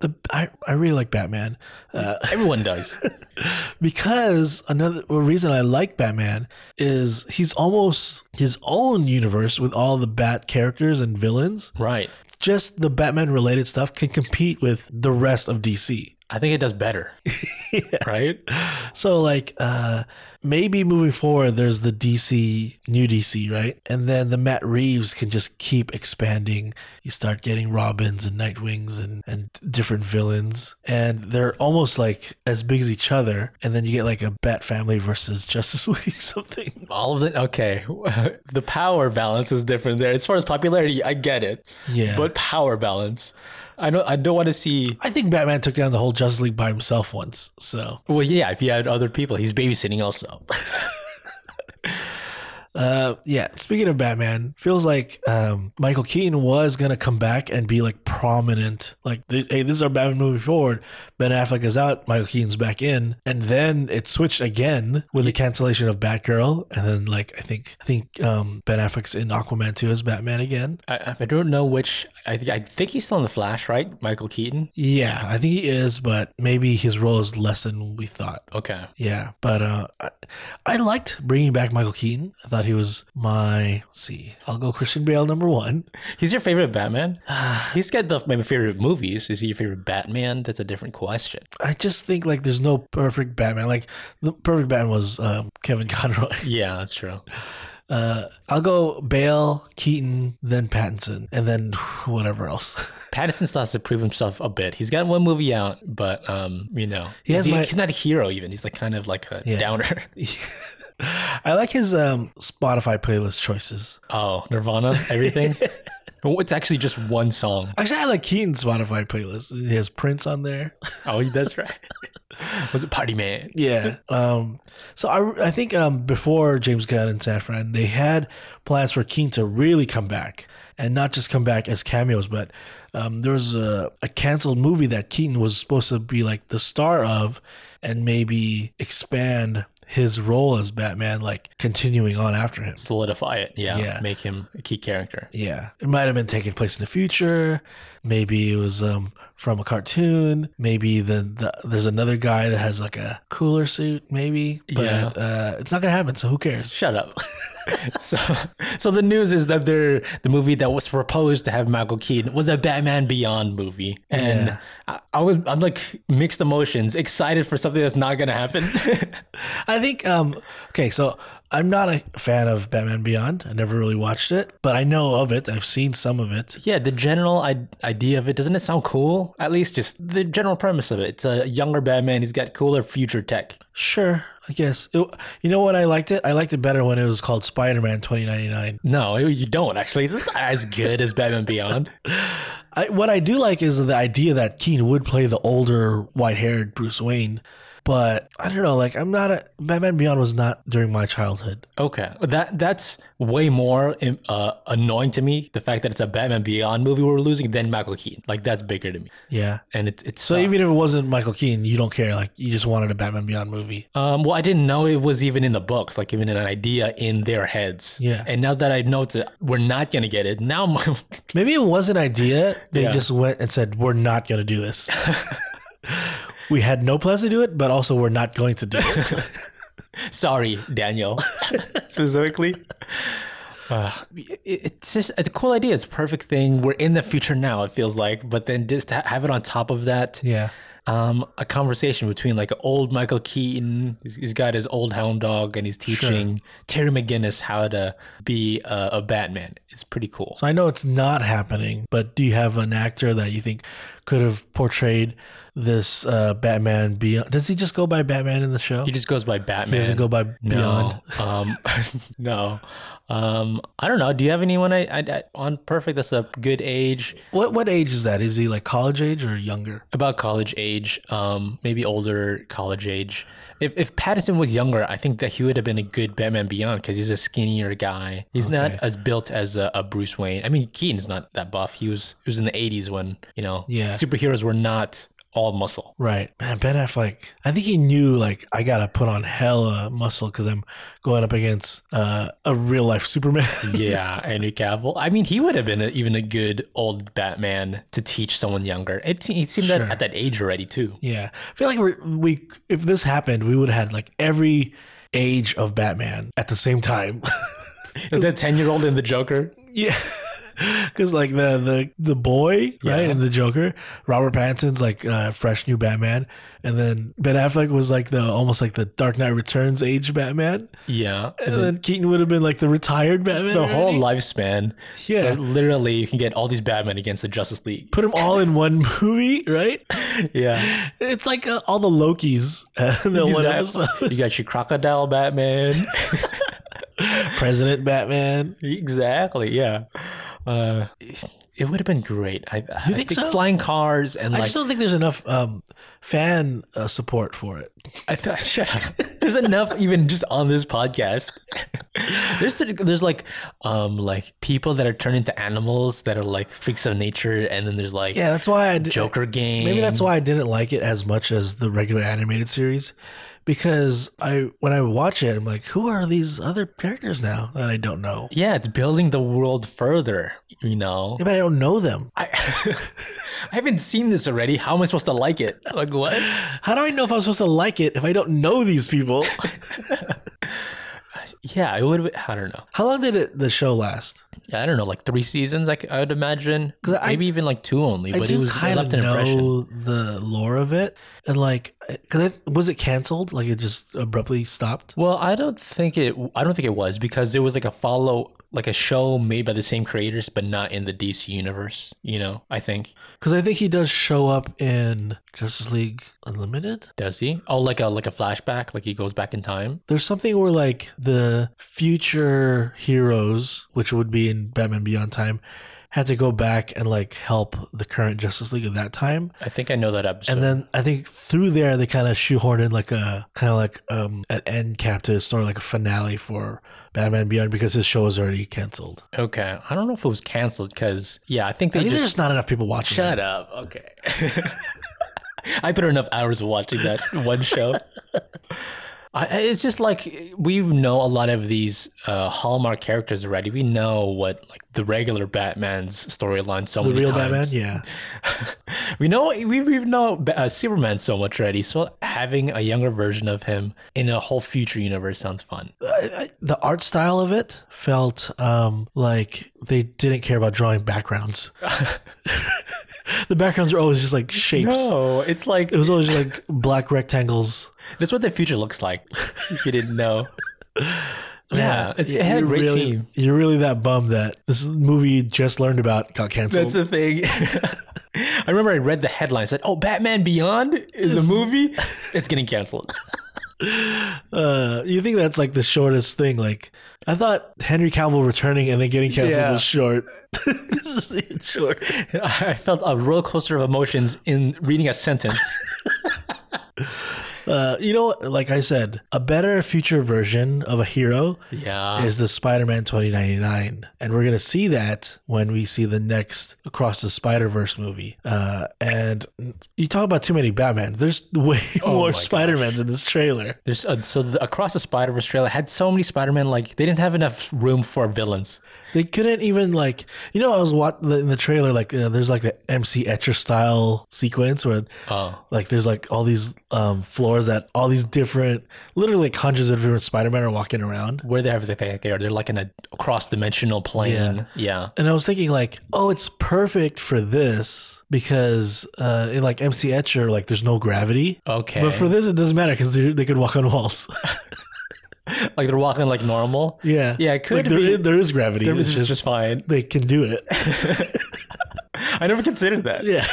S1: The, I, I really like Batman uh, <laughs>
S2: Everyone does.
S1: because another well, reason I like Batman is he's almost his own universe with all the Bat characters and villains.
S2: <laughs> right.
S1: Just the Batman related stuff can compete with the rest of DC.
S2: I think it does <laughs> better. Right?
S1: So like uh maybe moving forward there's the DC new DC, right? And then the Matt Reeves can just keep expanding. You start getting Robins and Nightwings and and different villains and they're almost like as big as each other and then you get like a Bat family versus <laughs> Justice League something.
S2: All of it. Okay. <laughs> the power balance is different there. As far as popularity, I get it.
S1: Yeah.
S2: But power balance. I don't I don't want to see
S1: I think Batman took down the whole Justice League by himself once. So
S2: well yeah, if you had other people, he's babysitting also. <laughs>
S1: Uh, yeah. Speaking of Batman, feels like um, Michael Keaton was gonna come back and be like prominent. Like, th- hey, this is our Batman movie forward. Ben Affleck is out, Michael Keaton's back in, and then it switched again with the cancellation of Batgirl, and then like I think I think um, Ben Affleck's in Aquaman 2 as Batman again.
S2: I, I don't know which I think I think he's still in the flash, right? Michael Keaton.
S1: Yeah, I think he is, but maybe his role is less than we thought.
S2: Okay.
S1: Yeah, but uh, I, I liked bringing back Michael Keaton. I thought he was my. Let's see, I'll go Christian Bale number one.
S2: He's your favorite <sighs> Batman? he's got the my favorite movies. Is he your favorite Batman? That's a different question.
S1: I just think like there's no perfect Batman. Like the perfect Batman was um, Kevin <laughs> Conroy.
S2: Yeah, that's true.
S1: Uh, I'll go Bale, Keaton, then Pattinson, and then <sighs> whatever else. <laughs>
S2: Pattinson still has to prove himself a bit. He's got one movie out, but um, you know,
S1: He has
S2: he's,
S1: my- <laughs>
S2: he's not a hero even. He's like kind of like a
S1: Yeah.
S2: downer. <laughs>
S1: I like his um, Spotify playlist choices.
S2: Oh, Nirvana,
S1: <laughs>
S2: everything. Oh, it's actually just one song.
S1: Actually, I like Keaton's Spotify playlist. He has Prince on there.
S2: Oh, that's right. <laughs> Was it Party Man?
S1: Yeah. Um, so I, I think um, before James Gunn and Safran, they had plans for Keaton to really come back and not just come back as cameos, but um, there was a, a canceled movie that Keaton was supposed to be like the star of and maybe expand his role as Batman, like continuing on after him.
S2: Solidify it. Yeah,
S1: Yeah.
S2: Make him a key character.
S1: Yeah, it might have been taking place in the future. Maybe it was um from a cartoon. Maybe the, the there's another guy that has like a cooler suit. Maybe, but
S2: Yeah.
S1: uh, it's not gonna happen. So who cares?
S2: Shut up. <laughs> so, so the news is that they're, the movie that was proposed to have Michael Keaton was a Batman Beyond movie, and
S1: Yeah.
S2: I, I was I'm like mixed emotions, excited for something that's not gonna happen. <laughs>
S1: I think um okay, so I'm not a fan of Batman Beyond. I never really watched it, but I know of it. I've seen some of it.
S2: yeah, the general I- idea of it doesn't it sound cool? At least just the general premise of it. It's a younger Batman. He's got cooler future tech.
S1: Sure, I guess. It, you know what? I liked it. I liked it better when it was called Spider-Man 2099.
S2: No, you don't actually. It's not as good as Batman Beyond.
S1: I, what I do like is the idea that Keaton would play the older, white-haired Bruce Wayne, but I don't know. Like, I'm not a Batman Beyond was not during my childhood.
S2: Okay, that that's way more um, uh, annoying to me. The fact that it's a Batman Beyond movie we're losing than Michael Keaton, like that's bigger to me.
S1: Yeah.
S2: And it's it's uh,
S1: So even if it wasn't Michael Keaton, you don't care. Like, you just wanted a Batman Beyond movie.
S2: um, well, I didn't know it was even in the books, like even an idea in their heads.
S1: Yeah.
S2: And now that I know it's a, we're not gonna get it now, <laughs> my,
S1: Maybe it was an idea. They
S2: Yeah.
S1: just went and said, "We're not going to do this." we had no plans to do it, but also we're not going to do it.
S2: sorry, <laughs> Daniel, specifically. Uh, it, it's just it's a cool idea. It's a perfect thing. We're in the future now. It feels like, but then just to ha- have it on top of that.
S1: yeah.
S2: um, a conversation between like old Michael Keaton. He's, he's got his old hound dog, and he's teaching Terry McGinnis how to be a, a Batman. It's pretty cool.
S1: So I know it's not happening, but do you have an actor that you think could have portrayed this uh, Batman beyond? Does he just go by Batman in the show?
S2: He just goes by
S1: He
S2: Batman.
S1: doesn't go by Beyond.
S2: <laughs> no, um, no. Um, I don't know. Do you have anyone I, I, I- on perfect that's a good age,
S1: What what age is that? Is he like college age or younger?
S2: about college age, um, maybe older college age? If if Pattinson was younger, I think that he would have been a good Batman Beyond because he's a skinnier guy. He's not
S1: Okay.
S2: as built as a, a Bruce Wayne. I mean, Keaton's not that buff. He was he was in the '80s when you know
S1: Yeah.
S2: superheroes were not all muscle.
S1: Right, man. Ben Affleck. I think he knew like I gotta put on hella muscle because I'm going up against uh, a real life Superman. <laughs>
S2: yeah, <laughs> Henry Cavill. I mean, he would have been a, even a good old Batman to teach someone younger. It, se- it seemed
S1: Sure.
S2: that at that age already too.
S1: Yeah, I feel like we're, we if this happened, we would have had like every age of Batman at the same time. <laughs>
S2: <laughs> The ten-year-old and the Joker.
S1: yeah, <laughs> because like the the the boy right
S2: Yeah.
S1: and the Joker, Robert Pattinson's like uh, fresh new Batman, and then Ben Affleck was like the almost like the Dark Knight Returns age Batman,
S2: Yeah,
S1: and, then, Keaton would have been like the retired Batman.
S2: the whole
S1: already.
S2: lifespan.
S1: Yeah.
S2: So literally, you can get all these Batman against the Justice League.
S1: Put them all in one movie, right?
S2: Yeah.
S1: It's like uh, all the Lokis <laughs> uh, in the one episode.
S2: you got your
S1: <laughs>
S2: crocodile Batman.
S1: President Batman.
S2: exactly. Yeah. Uh, it would have been great. I, I
S1: You think so?
S2: Flying cars and
S1: I
S2: like.
S1: just don't think there's enough um, fan uh, support for it.
S2: I
S1: <laughs>
S2: thought, shut up. There's enough even just on this podcast. <laughs> there's there's like um like people that are turned into animals that are like freaks of nature, and then there's like
S1: Yeah, that's why I d-
S2: Joker game.
S1: Maybe that's why I didn't like it as much as the regular animated series, because I when I watch it, I'm like, who are these other characters now that I don't know?
S2: Yeah, it's building the world further. You know.
S1: Yeah, but I don't know them.
S2: I, <laughs> I haven't seen this already. How am I supposed to like it? <laughs> Like what?
S1: How do I know if I'm supposed to like it if I don't know these
S2: <laughs>
S1: people?
S2: Yeah, I would. I don't know.
S1: How long did it, the show last?
S2: I don't know. Like three seasons, I, c- I would imagine.
S1: 'Cause I-
S2: Maybe even like two only.
S1: I
S2: but it
S1: do
S2: was it
S1: kind of
S2: left an impression.
S1: know the lore of it, and like, cause it, was it canceled? Like it just abruptly stopped.
S2: Well, I don't think it. I don't think it was because there was like a follow, like a show made by the same creators, but not in the DC universe. You know, I think
S1: Cause I think he does show up in Justice League Unlimited.
S2: does he? Oh, like a like a flashback, like he goes back in time.
S1: There's something where like the future heroes, which would be in Batman Beyond Time, had to go back and like help the current Justice League of that time.
S2: I think I know that episode.
S1: And then I think through there they kind of shoehorned in like a kind of like um an end cap to the story, like a finale for Batman Beyond because his show is already canceled.
S2: okay, I don't know if it was canceled because yeah, I think
S1: I
S2: they
S1: think there's
S2: just
S1: just not enough people watching.
S2: Shut up. Okay. <laughs> I put enough hours watching that one <laughs> show. I, I- it's just like we know a lot of these uh, Hallmark characters already. We know what like the regular Batman's storyline so
S1: The
S2: many
S1: real Batman,
S2: times.
S1: yeah.
S2: we know we we know Ba- uh, Superman so much already. So having a younger version of him in a whole future universe sounds fun.
S1: I, I, the art style of it felt um like they didn't care about drawing
S2: <laughs>
S1: backgrounds. the backgrounds were always just like shapes.
S2: No, it's like
S1: It was always just like black rectangles.
S2: that's what the future looks like. <laughs> If you didn't know. <laughs> Yeah, it's, it had a
S1: you're
S2: great
S1: really,
S2: team.
S1: You're really that bummed that this movie you just learned about got canceled.
S2: That's the thing. <laughs> I remember I read the headline said, "Oh, Batman Beyond is a <laughs> movie. It's getting <laughs> canceled."
S1: Uh, you think that's like the shortest thing? Like, I thought Henry Cavill returning and then getting canceled
S2: Yeah.
S1: was short. this is short.
S2: I felt a roller coaster of emotions in reading a <laughs> sentence.
S1: Uh, you know, like I said, a better future version of a hero
S2: Yeah,
S1: is the Spider-Man 2099, and we're gonna see that when we see the next Across the Spider-Verse movie. Uh, and you talk about too many Batman. There's <laughs> way more
S2: Oh my gosh.
S1: Spider-Mans in this trailer.
S2: there's uh so the, across the Spider Verse trailer had so many Spider Men. Like they didn't have enough room for villains.
S1: They couldn't even like you know I was watching in the trailer like uh, there's like the MC Etcher style sequence where
S2: Oh,
S1: like there's like all these um, floors that all these different literally like, hundreds of different Spider-Man are walking around.
S2: where they have they think they are? They're like in a cross dimensional plane. Yeah.
S1: And I was thinking like, oh, it's perfect for this because uh, in like MC Etcher like there's no gravity.
S2: Okay.
S1: But for this it doesn't matter because they could walk on walls. <laughs>
S2: like they're walking like normal.
S1: yeah,
S2: Yeah, it could
S1: like, there
S2: be.
S1: is- there is gravity. it's
S2: This is
S1: just,
S2: just fine.
S1: they can do it.
S2: <laughs> I never considered that.
S1: yeah,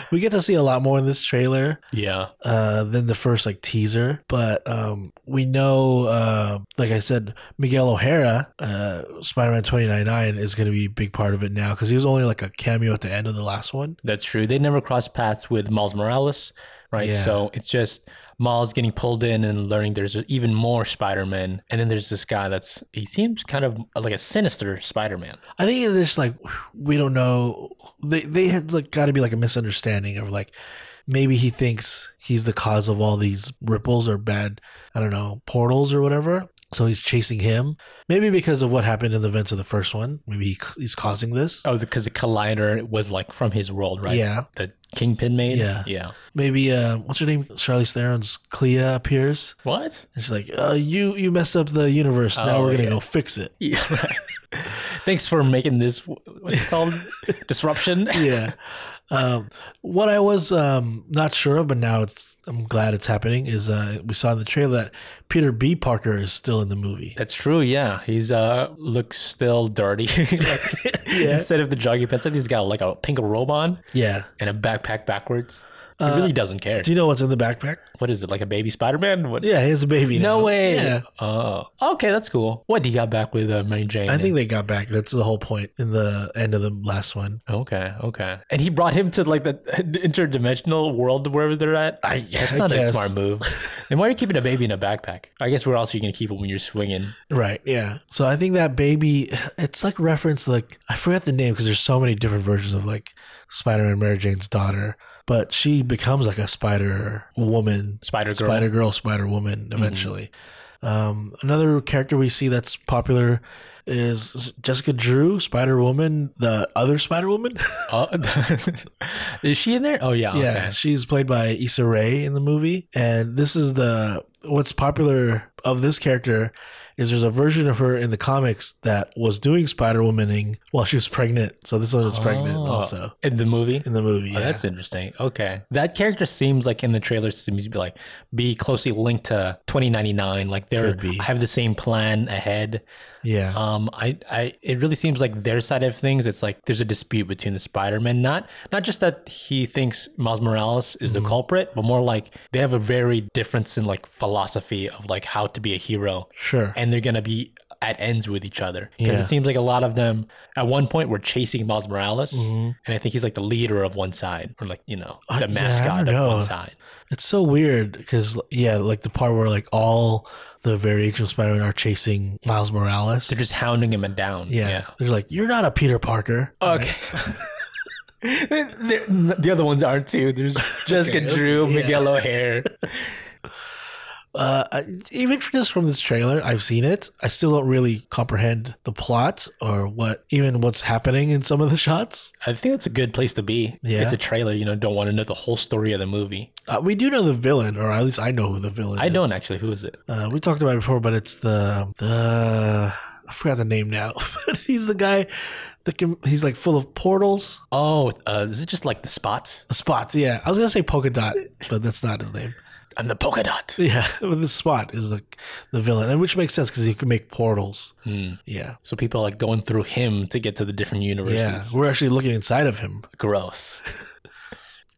S1: <laughs> we get to see a lot more in this trailer.
S2: Yeah.
S1: uh, than the first like teaser. But um, we know, uh, like I said, Miguel O'Hara, uh, Spider Man 2099 is going to be a big part of it now because he was only like a cameo at the end of the last one.
S2: That's true. They never crossed paths with Miles Morales, right?
S1: Yeah.
S2: So it's just Miles getting pulled in and learning there's even more Spider-Man, and then there's this guy that's he seems kind of like a sinister Spider-Man.
S1: I think it's just like we don't know. They they had like got to be like a misunderstanding of like maybe he thinks he's the cause of all these ripples or bad I don't know portals or whatever. So he's chasing him, maybe because of what happened in the events of the first one. Maybe he, he's causing this.
S2: Oh, because the Collider was like from his world, right?
S1: Yeah.
S2: The Kingpin made.
S1: Yeah.
S2: Yeah.
S1: Maybe uh, what's her name? Charlize Theron's Clea appears,
S2: What? <laughs>
S1: and she's like, uh, "You you messed up the universe. Now
S2: Oh,
S1: we're gonna
S2: yeah.
S1: go fix it."
S2: Yeah. Thanks for making this what's
S1: <laughs>
S2: it called disruption.
S1: Yeah. um, what I was um, not sure of, but now it's I'm glad it's happening. Is uh, we saw in the trailer that Peter B. Parker is still in the movie.
S2: That's true. Yeah, he's uh looks still dirty. <laughs> Like,
S1: <laughs>
S2: Instead of the jogging pants, I think he's got like a pink robe on.
S1: Yeah.
S2: and a backpack backwards. He really doesn't care.
S1: Uh, Do you know what's in the backpack?
S2: what is it like a baby Spider Man? What?
S1: Yeah, he has a baby.
S2: No
S1: now.
S2: way.
S1: Yeah.
S2: Oh, okay, that's cool. What do you got back with uh, Mary Jane?
S1: I think they got back. That's the whole point in the end of the last one.
S2: Okay, okay. And he brought him to like the <laughs> interdimensional world wherever they're at.
S1: I-
S2: that's
S1: I
S2: not
S1: guess.
S2: a smart move.
S1: <laughs>
S2: and why are you keeping a baby in a backpack? I guess where else are you gonna keep it when you're swinging?
S1: Right. Yeah. So I think that baby, it's like reference like I forgot the name because there's so many different versions of like Spider Man Mary Jane's daughter, but she becomes like a Spider Woman,
S2: Spider Girl. Mm-hmm.
S1: Spider Girl, Spider Woman eventually. Um, another character we see that's popular is Jessica Drew, Spider Woman, the other Spider Woman.
S2: Oh, is she in there? <laughs> Oh yeah.
S1: yeah,
S2: Okay.
S1: she's played by Issa Rae in the movie, and this is the what's popular of this character is there's a version of her in the comics that was doing Spider Womaning while she was pregnant. So this one is pregnant
S2: Oh,
S1: also
S2: in the movie.
S1: in the movie. Yeah.
S2: Oh, that's interesting. Okay, that character seems like in the trailer seems to be like be closely linked to 2099. Like they're
S1: Could be.
S2: have the same plan ahead.
S1: yeah.
S2: Um, I, I, it really seems like their side of things. It's like there's a dispute between the Spider-Man. Not, not just that he thinks Miles Morales is
S1: Mm-hmm.
S2: the culprit, but more like they have a very difference in like philosophy of like how to be a hero,
S1: sure.
S2: and they're gonna be at ends with each other. Because
S1: Yeah.
S2: it seems like a lot of them at one point were chasing Miles Morales,
S1: Mhm.
S2: and I think he's like the leader of one side, or like you know
S1: Uh,
S2: the
S1: yeah, I
S2: mascot
S1: don't
S2: of
S1: know.
S2: one side.
S1: It's so weird because yeah, like the part where like all the variations of Spider-Man are chasing Miles Morales.
S2: They're just hounding him down.
S1: yeah. they're like, "You're not a Peter Parker."
S2: Okay. They're- <laughs> the other ones are too. <laughs> There's Jessica
S1: Okay,
S2: Drew,
S1: okay, yeah.
S2: Miguel O'Hare.
S1: Uh, I, even for just from this trailer, I've seen it. I still don't really comprehend the plot or what even what's happening in some of the <laughs> shots.
S2: <laughs> I think that's a good place to be.
S1: Yeah.
S2: It's a trailer. You know, don't want to know the whole story of the movie.
S1: Uh, we do know the villain, or at least I know who the villain
S2: I
S1: is.
S2: don't actually. Who is it?
S1: Uh, we talked about it before, but it's the the I forgot the name now. <laughs> But he's the guy that can. He's like full of portals,
S2: Oh, uh, is it just like the spots?
S1: the spots. Yeah, I was gonna say polka
S2: <laughs>
S1: dot, but that's not his name.
S2: I'm the polka <laughs> dot.
S1: Yeah, but the spot is the the villain, and which makes sense because he can make portals.
S2: Hmm.
S1: Yeah,
S2: So people are like going through him to get to the different universes.
S1: yeah. We're actually looking inside of him.
S2: Gross.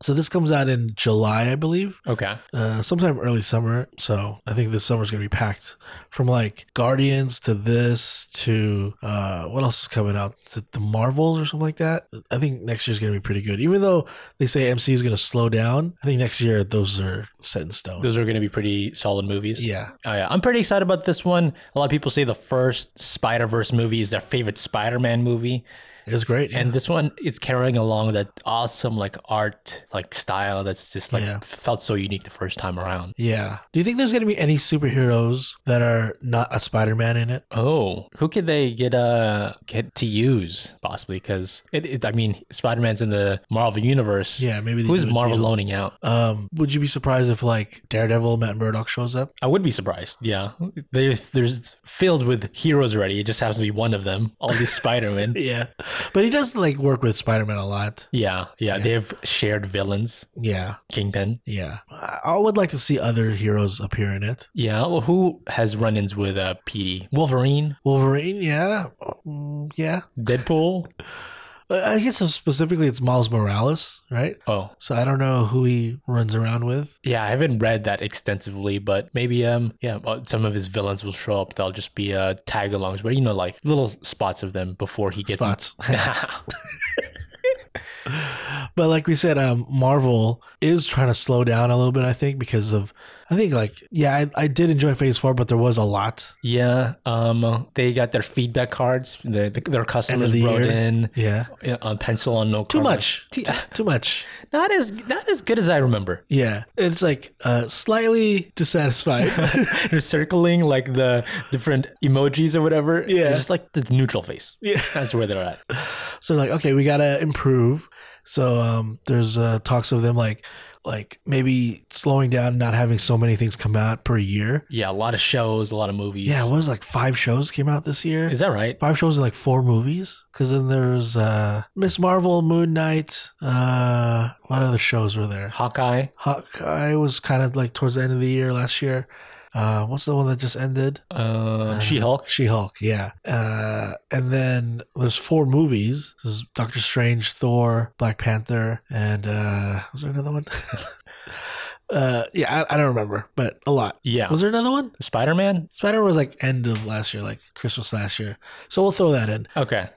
S1: So this comes out in July, I believe,
S2: Okay.
S1: uh, sometime early summer. So I think this summer's gonna be packed from like Guardians to this to uh, what else is coming out? Is it the Marvels or something like that. I think next year's gonna be pretty good. Even though they say MC is gonna slow down, I think next year those are set in stone.
S2: Those are going to be pretty solid movies.
S1: yeah,
S2: Oh, yeah. I'm pretty excited about this one. A lot of people say the first Spider Verse movie is their favorite Spider Man movie.
S1: it was great.
S2: And this one, it's carrying along that awesome like art like style that's just like
S1: Yeah.
S2: felt so unique the first time around.
S1: yeah. Do you think there's gonna be any superheroes that are not a Spider-Man in it?
S2: Oh, who could they get uh get to use possibly? Because it, it, I mean, Spider Man's in the Marvel universe.
S1: Yeah, maybe they
S2: Who's
S1: do a
S2: Marvel
S1: deal.
S2: loaning out?
S1: Um, would you be surprised if like Daredevil, Matt Murdock shows up?
S2: I would be surprised. Yeah, they there's filled with heroes already. It just happens to be one of them. All these Spider
S1: <laughs>
S2: Man.
S1: <laughs> Yeah, but he does like work with Spider Man a lot.
S2: Yeah, yeah,
S1: Yeah.
S2: they have shared villains.
S1: Yeah,
S2: Kingpin.
S1: yeah. I I would like to see other heroes appear in it.
S2: Yeah. Well, who has run-ins with uh, PD? Wolverine,
S1: Wolverine, yeah, Mm, yeah. <laughs>
S2: Deadpool.
S1: I I guess specifically it's Miles Morales, right?
S2: Oh,
S1: So I don't know who he runs around with.
S2: yeah. I haven't read that extensively, but maybe um, yeah, uh, some of his villains will show up. They'll just be uh tag-alongs, but you know, like little spots of them before he gets. <laughs>
S1: Spots, <laughs>
S2: yeah,
S1: but like we said, um, Marvel is trying to slow down a little bit. I think because of, I think like yeah, I, I did enjoy Phase Four, but there was a lot.
S2: um, they got their feedback cards. The, the, their customers
S1: the
S2: wrote
S1: year.
S2: in
S1: Yeah,
S2: yeah, on pencil on no
S1: too
S2: cover.
S1: much, T- <laughs> too much.
S2: Not as not as good as
S1: <laughs>
S2: I remember.
S1: Yeah, it's like uh, slightly dissatisfied.
S2: They're circling like the different emojis or whatever.
S1: Yeah.
S2: It's just like the neutral face.
S1: <laughs> yeah.
S2: That's where they're at.
S1: So like, okay, we gotta improve. So um, there's uh, talks of them like, like maybe slowing down, not having so many things come out per year.
S2: Yeah, a lot of shows, a lot of movies.
S1: Yeah, what was it, like five shows came out this year?
S2: is that right?
S1: five shows and like four movies? Because then there's uh, Miss Marvel, Moon Knight. Uh, what other shows were there?
S2: Hawkeye.
S1: Hawkeye was kind of like towards the end of the year last year. Uh, what's the one that just ended? Uh,
S2: Um, she Hulk.
S1: She Hulk, yeah. Uh, and then there's four movies: This is Doctor Strange, Thor, Black Panther, and uh, was there another one? <laughs> uh, yeah, I, I don't remember, but a lot.
S2: Yeah.
S1: Was there another one?
S2: Spider Man?
S1: Spider was like end of last year, like Christmas last year. So we'll throw that in.
S2: Okay.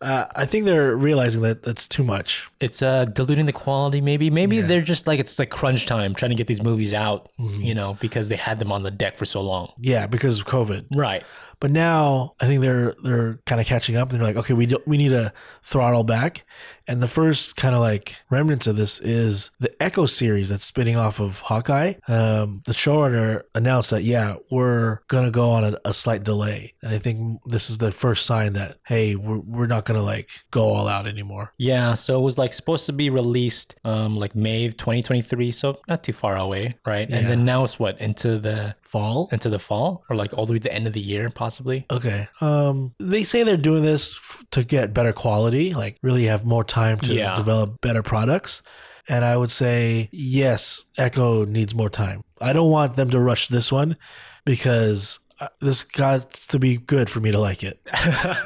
S1: Uh, I think they're realizing that that's too much.
S2: It's uh diluting the quality maybe. Maybe
S1: Yeah.
S2: they're just like it's like crunch time trying to get these movies out,
S1: Mhm.
S2: you know, because they had them on the deck for so long.
S1: Yeah, because of COVID.
S2: Right.
S1: But now I think they're they're kind of catching up. And they're like, okay, we do, we need to throttle back. And the first kind of like remnants of this is the Echo series that's spinning off of Hawkeye. Um, the showrunner announced that yeah, we're gonna go on a, a slight delay, and I think this is the first sign that hey, we're we're not gonna like go all out anymore.
S2: Yeah, so it was like supposed to be released um like May of 2023, so not too far away, right? And then now it's what into the
S1: Fall.
S2: into the fall or like all the way to the end of the year possibly.
S1: Okay. Um, they say they're doing this f- to get better quality, like really have more time to
S2: Yeah.
S1: develop better products. And I would say yes, Echo needs more time. I don't want them to rush this one because uh, this got to be good for me to like it.
S2: <laughs>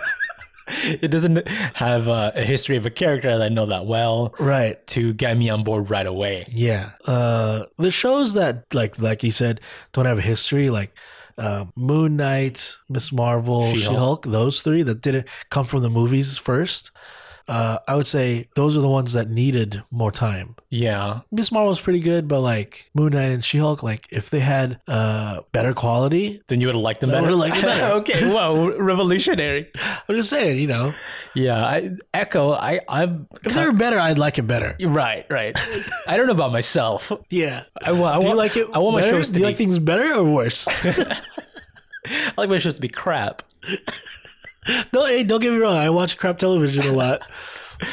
S2: it doesn't have uh, a history of a character that I know that well
S1: Right.
S2: to get me on board right away.
S1: Yeah. Uh, the shows that like like you said don't have a history like. Um, Moon Knight, Miss Marvel,
S2: She-Hulk.
S1: She Hulk, those three that didn't come from the movies first. Uh, I would say those are the ones that needed more time.
S2: Yeah.
S1: Miss Marvel's pretty good, but like Moon Knight and She Hulk, like if they had uh better quality,
S2: Then you would have liked them
S1: I
S2: better.
S1: would've liked them better.
S2: <laughs> okay. Wow. Revolutionary.
S1: I'm just saying, you know,
S2: Yeah. I, Echo. I. I'm.
S1: if they were better, I'd like it better.
S2: Right. Right. I don't know about myself.
S1: Yeah.
S2: I, wa- I
S1: Do you
S2: want.
S1: like it?
S2: I want my
S1: better?
S2: shows to
S1: Do you
S2: be-
S1: like things better or worse?
S2: I like my shows to be crap.
S1: no, hey, don't get me wrong. I watch crap television a
S2: <laughs>
S1: lot,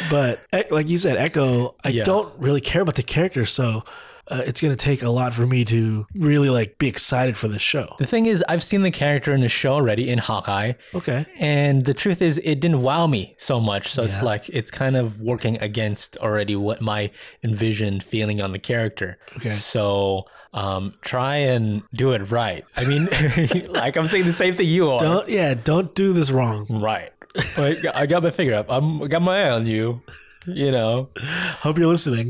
S1: but eh, like you said, Echo, I
S2: Yeah.
S1: don't really care about the character, so uh, it's gonna take a lot for me to really like be excited for this show.
S2: The thing is, I've seen the character in the show already in Hawkeye,
S1: Okay.
S2: and the truth is, it didn't wow me so much. So it's
S1: Yeah.
S2: like it's kind of working against already what my envisioned feeling on the character.
S1: Okay.
S2: So um, try and do it right. I mean, <laughs> like I'm saying the same thing you are.
S1: Don't yeah, don't do this wrong.
S2: Right. Like, I got my finger up. I'm I got my eye on you. You know,
S1: Hope you're
S2: <laughs>
S1: listening.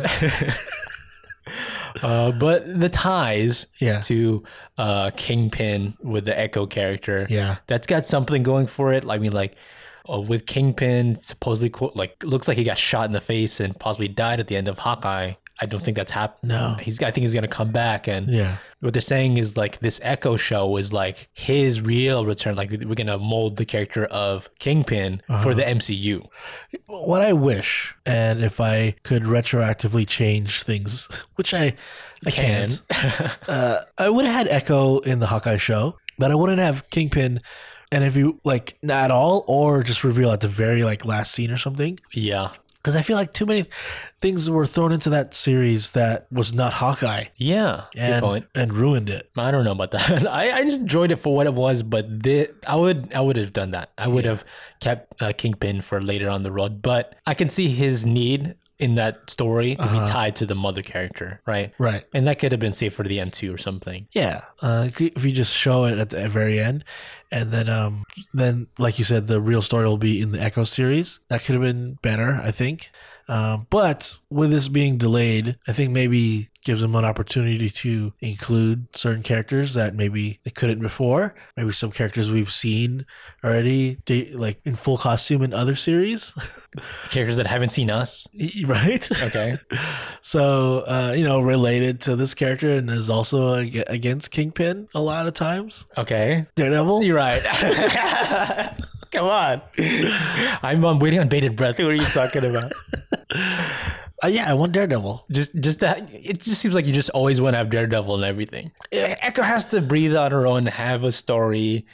S2: uh, but the ties
S1: Yeah.
S2: to uh, Kingpin with the Echo character.
S1: Yeah.
S2: that's got something going for it. I mean, like uh, with Kingpin, supposedly quote, like looks like he got shot in the face and possibly died at the end of Hawkeye. I don't think that's happened.
S1: No.
S2: he's. I think he's gonna come back, and
S1: Yeah.
S2: what they're saying is like this Echo show is like his real return. Like we're gonna mold the character of Kingpin
S1: Uh-huh.
S2: for the MCU.
S1: what I wish, and if I could retroactively change things, <laughs> which I, I
S2: Can.
S1: can't, uh, I would have had Echo in the Hawkeye show, but I wouldn't have Kingpin. And if you like, not at all, or just reveal at the very like last scene or something,
S2: yeah,
S1: because I feel like too many things were thrown into that series that was not Hawkeye
S2: yeah. Good
S1: and
S2: point.
S1: and ruined it.
S2: I don't know about that. <laughs> I, I just enjoyed it for what it was, but the, I would I would have done that. I would have kept uh, Kingpin for later on the road, but I can see his need in that story to be tied to the mother character, right?
S1: Right.
S2: And that could have been saved for the end two or something.
S1: Yeah, uh, if you just show it at the very end, and then um, then like you said, the real story will be in the Echo series. That could have been better, I think. Um, but with this being delayed, I think maybe gives them an opportunity to include certain characters that maybe they couldn't before. Maybe some characters we've seen already, they, like in full costume in other series, <laughs>
S2: Characters that haven't seen us.
S1: right? <laughs>
S2: <laughs> Okay.
S1: So uh, you know, related to this character and is also ag- against Kingpin a lot of times.
S2: Okay.
S1: Daredevil.
S2: You're <laughs> right. Come on. I'm, I'm waiting on bated breath. What are you talking about?
S1: Uh, yeah, I want Daredevil.
S2: just just that it just seems like you just always want to have daredevil and everything Eh, echo has to breathe on her own have a story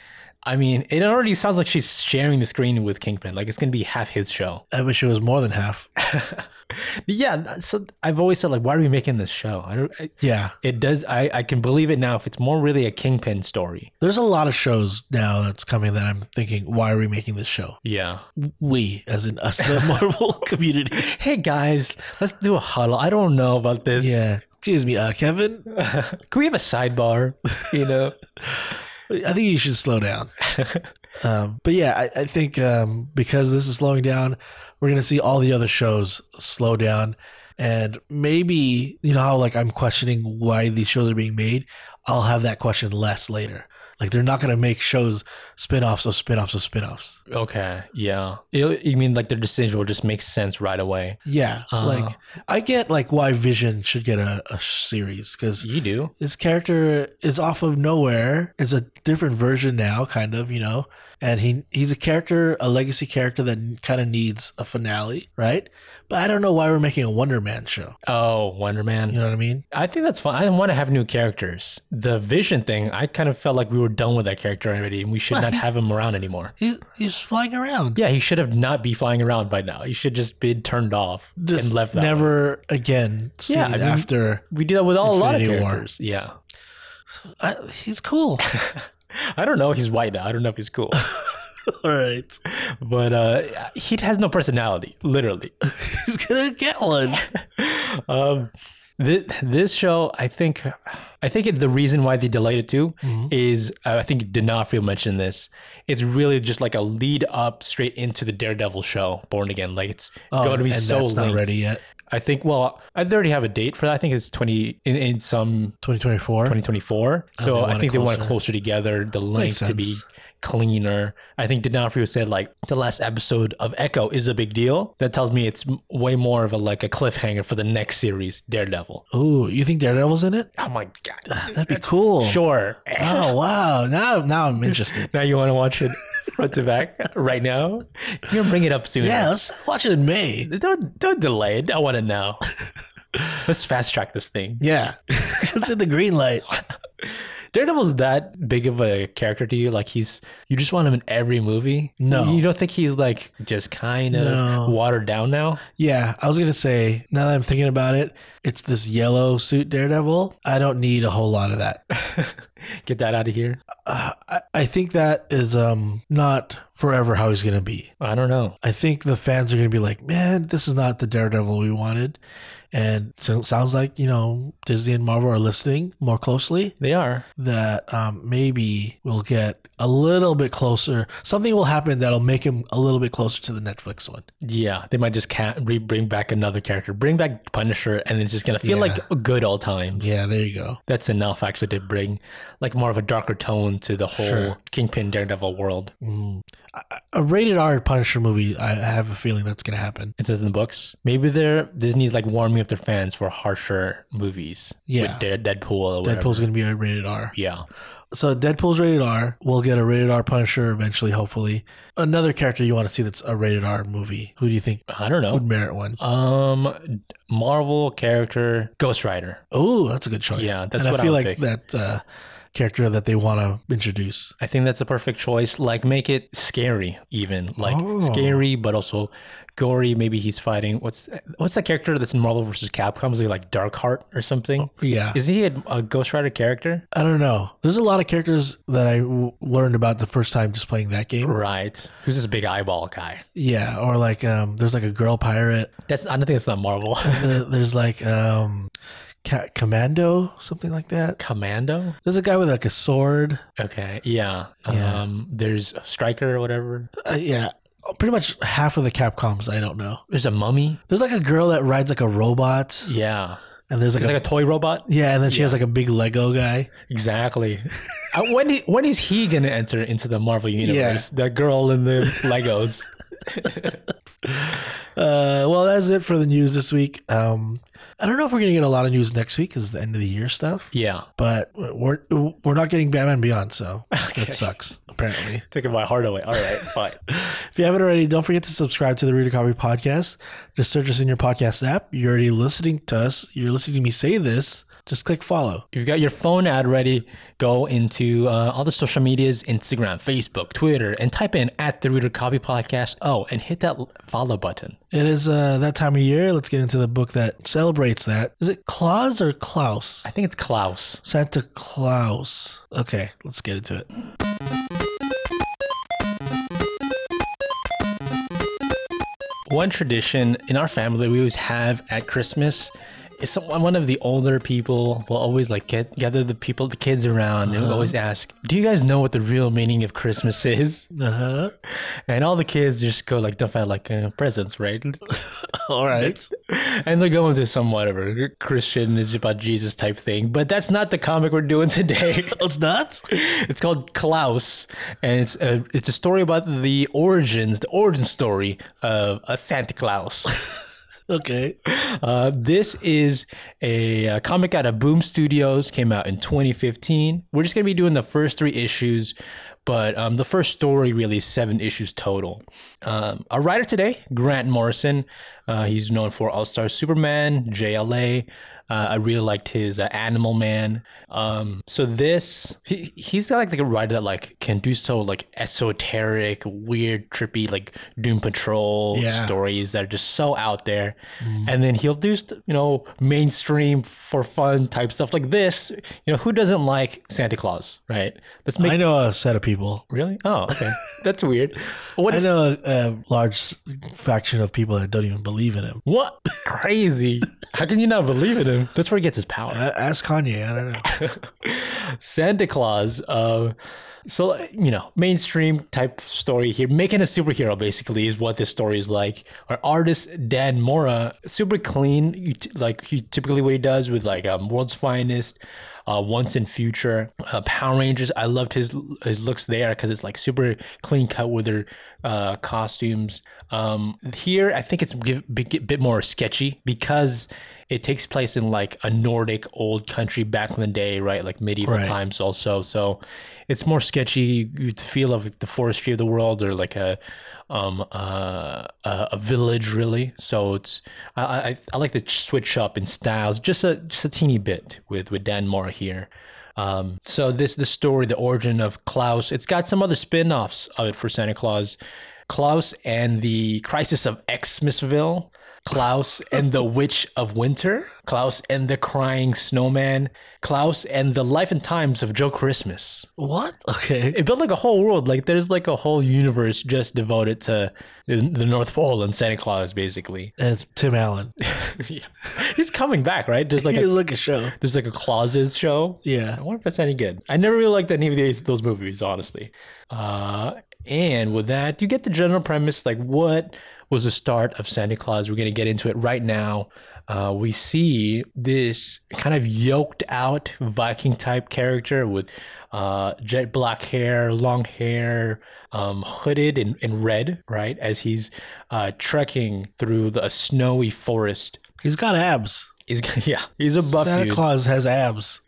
S2: i mean it already sounds like she's sharing the screen with kingpin like it's gonna be half his show
S1: I wish it was more than half.
S2: yeah that- so i've always said like why are we making this show i don't I,
S1: Yeah,
S2: it does i i can believe it now if it's more really a kingpin story
S1: there's a lot of shows now that's coming that I'm thinking, why are we making this show?
S2: yeah <laughs>
S1: We, as in us, the Marvel community.
S2: hey guys let's do a huddle i don't know about this
S1: Yeah. Excuse me, uh, Kevin.
S2: can we have a sidebar you know
S1: I think you should slow down. Um, but yeah, I, I think um, because this is slowing down, we're gonna see all the other shows slow down, and maybe you know how like I'm questioning why these shows are being made. I'll have that question less later. Like they're not gonna make shows spin-offs of spin-offs of spin-offs.
S2: <laughs> Okay. Yeah. It, you mean like their decision will just make sense right away?
S1: Yeah,
S2: Uh,
S1: like I get like why Vision should get a, a series because
S2: You do.
S1: his character is off of nowhere. It's a different version now, kind of, you know. And he he's a character, a legacy character that kind of needs a finale, right? But I don't know why we're making a Wonder Man show.
S2: Oh, Wonder Man.
S1: You know what I mean?
S2: I think that's fine. I want to have new characters. The Vision thing, I kind of felt like we were done with that character already, and we should <laughs> not have him around anymore.
S1: He's he's flying around.
S2: Yeah, he should have not be flying around by now. He should just been turned off
S1: Just
S2: and left. That way.
S1: never again seen
S2: Yeah, I mean-
S1: after.
S2: We do that with all, a lot of
S1: Infinity War.
S2: characters. Yeah.
S1: I, he's cool. <laughs>
S2: I don't know. He's white now. I don't know if he's <laughs> cool,
S1: All right,
S2: but uh, he has no personality, literally.
S1: he's gonna get one.
S2: um, thi- this show, I think, I think it, the reason why they delayed it too is uh, I think D'Onofrio mentioned this. It's really just like a lead up straight into the Daredevil show, Born Again. Like it's going to be
S1: Oh, and
S2: so
S1: that's not
S2: linked.
S1: ready yet.
S2: I think. Well, I already have a date for that. I think it's twenty in, in some
S1: 2024.
S2: 2024.
S1: Oh, they
S2: So
S1: want
S2: I
S1: it
S2: think they want it
S1: closer.
S2: closer together, the link to be
S1: sense.
S2: cleaner. I think D'Onofrio said like the last episode of Echo is a big deal. That tells me it's m- way more of a like a cliffhanger for the next series, Daredevil.
S1: Ooh, you think Daredevil's in
S2: <laughs>
S1: it?
S2: Oh my god.
S1: That'd be cool.
S2: Sure.
S1: Oh wow! Now now I'm interested.
S2: Now you want to watch it front to back right now? You're gonna bring it up soon.
S1: Yeah, let's watch it in May.
S2: Don't don't delay it. I want to know. Let's fast track this thing.
S1: <laughs> Yeah, it's in the green light.
S2: Daredevil's that big of a character to you? Like he's you just want him in every movie?
S1: No.
S2: You don't think he's like just kind of
S1: No.
S2: watered down now? <laughs>
S1: Yeah, I was gonna say. Now that I'm thinking about it, it's this yellow suit Daredevil. I don't need a whole lot of that. <sighs>
S2: Get that out of here.
S1: Uh, I, I think that is um not forever how he's gonna be.
S2: I don't know.
S1: I think the fans are gonna be like, man, this is not the Daredevil we wanted. And so it sounds like you know Disney and Marvel are listening more closely.
S2: They are.
S1: That um, maybe we'll get a little bit closer. Something will happen that'll make him a little bit closer to the Netflix one.
S2: Yeah, they might just can't re- bring back another character. Bring back Punisher, and it's just gonna feel
S1: Yeah.
S2: like good old times.
S1: Yeah, there you go.
S2: that's enough actually to bring like more of a darker tone to the whole
S1: Sure.
S2: Kingpin Daredevil world.
S1: Mm. A- A rated R Punisher movie, I I have a feeling that's going to happen.
S2: It says in the books. Maybe they're Disney's like warming up their fans for harsher movies.
S1: Yeah.
S2: with Dare- Deadpool. Or whatever.
S1: Deadpool's going to be a rated R.
S2: Yeah.
S1: So Deadpool's rated R. We'll get a rated R Punisher eventually, hopefully. Another character you want to see that's a rated R movie. Who do you think
S2: I don't
S1: would
S2: know.
S1: merit one?
S2: Um, Marvel character Ghost Rider.
S1: Oh, that's a good choice.
S2: Yeah, that's
S1: and
S2: what
S1: I
S2: I
S1: feel
S2: would
S1: like
S2: pick.
S1: that uh, character that they want to introduce.
S2: I think that's a perfect choice. Like, make it scary, even like
S1: Oh.
S2: scary, but also gory. Maybe he's fighting. What's what's that character that's in Marvel versus Capcom? Is he like Darkheart or
S1: Oh.
S2: something?
S1: Yeah.
S2: Is he a, a Ghost Rider character?
S1: I don't know. There's a lot of characters that I w- learned about the first time just playing that game.
S2: Right. Who's this big eyeball guy?
S1: Yeah, or like um, there's like a girl pirate.
S2: That's I don't think it's not Marvel. <laughs>
S1: Uh, there's like um Ca commando something like that
S2: Commando.
S1: there's a guy with like a sword
S2: Okay. Yeah.
S1: Yeah.
S2: Um. There's Striker or whatever.
S1: uh, yeah pretty much half of the capcoms i don't know
S2: There's a mummy.
S1: there's like a girl that rides like a robot
S2: Yeah.
S1: and there's like,
S2: It's
S1: a,
S2: like a toy robot.
S1: yeah and then she has like a big lego guy
S2: Exactly. Uh, when i- when is he gonna enter into the Marvel universe? That girl in the Legos. <laughs>
S1: uh well that's it for the news this week um i don't know if we're gonna get a lot of news next week because the end of the year stuff
S2: yeah.
S1: but we're we're not getting batman beyond
S2: <laughs>
S1: so that sucks apparently
S2: Taking my heart away. All right. <laughs> Fine.
S1: If you haven't already, don't forget to subscribe to the Reader Copy Podcast. Just search us in your podcast app. You're already listening to us. You're listening to me say this. Just click follow.
S2: If you've got your phone ad ready, go into uh, all the social medias Instagram, Facebook, Twitter, and type in at the Reader Copy Podcast. Oh, and hit that l- follow button.
S1: It is uh, that time of year. Let's get into the book that celebrates that. Is it Claus or Klaus?
S2: I think it's Klaus.
S1: Santa Claus. Okay, let's get into it.
S2: One tradition in our family we always have at Christmas it's some- one of the older people will always like get gather the people, the kids around, and always ask, "Do you guys know what the real meaning of Christmas is?"
S1: Uh huh.
S2: <laughs> And all the kids just go like, "Don't find like uh, presents, right?"
S1: <laughs>
S2: <laughs>
S1: All right. <laughs>
S2: and they go into some whatever Christian is about Jesus type thing, but that's not the comic we're doing today. <laughs>
S1: Oh, it's not.
S2: it's called Klaus, and it's a it's a story about the origins, the origin story of a Santa <laughs> Claus.
S1: Okay.
S2: Uh, this is a, uh comic out of Boom Studios, came out in 2015. We're just going to be doing the first three issues, but um, the first story really is seven issues total. Um, our writer today, Grant Morrison, uh, he's known for All Star Superman, JLA. Uh, I really liked his uh, Animal Man. Um, so this he he's like the writer that like can do so like esoteric, weird, trippy like Doom Patrol
S1: Yeah.
S2: stories that are just so out there. And then he'll do st- you know mainstream for fun type stuff like this. You know who doesn't like Santa Claus, right? Let's make
S1: I know a set of people.
S2: really. Oh, okay, that's weird. What
S1: I
S2: if
S1: know a, a large faction of people that don't even believe in him.
S2: what crazy? How can you not believe in him? That's where he gets his power.
S1: A- Ask Kanye. I don't know.
S2: Santa Claus. Uh, so you know, mainstream type story here, making a superhero basically is what this story is like. Our artist Dan Mora, super clean, you t- like he typically what he does with like um, World's Finest. Uh, once in future uh, power rangers i loved his his looks there because it's like super clean cut with their uh, costumes um, here i think it's a bit more sketchy because it takes place in like a nordic old country back in the day right like medieval
S1: Right.
S2: times also so it's more sketchy you feel of the forestry of the world or like a um uh, a a village really so it's I, I i like to switch up in styles just a just a teeny bit with with dan Mora here um, so this the story, the origin of Klaus. It's got some other spin-offs of it for Santa Claus. Klaus and the Crisis of Xmasville. Klaus and the Witch of Winter. Klaus and the Crying Snowman. Klaus and the Life and Times of Joe Christmas.
S1: What? <laughs> Okay.
S2: It built like a whole world. Like there's like a whole universe just devoted to the- the North Pole and Santa Claus, basically.
S1: And Tim Allen. <laughs>
S2: yeah. He's coming back, right? There's like
S1: He
S2: a,
S1: is like a show.
S2: there's like a Clauses show. I
S1: Yeah.
S2: wonder if that's any good. I never really liked any of these those movies, honestly. Uh, and with that, you get the general premise. Like, what was the start of Santa Claus? We're gonna get into it right now. Uh, we see this kind of yoked out Viking type character with uh, jet black hair, long hair, um, hooded in, in red, right? As he's uh, trekking through the, a snowy forest.
S1: He's got abs.
S2: He's, <laughs> yeah, he's a buff
S1: Santa
S2: dude.
S1: Claus has abs.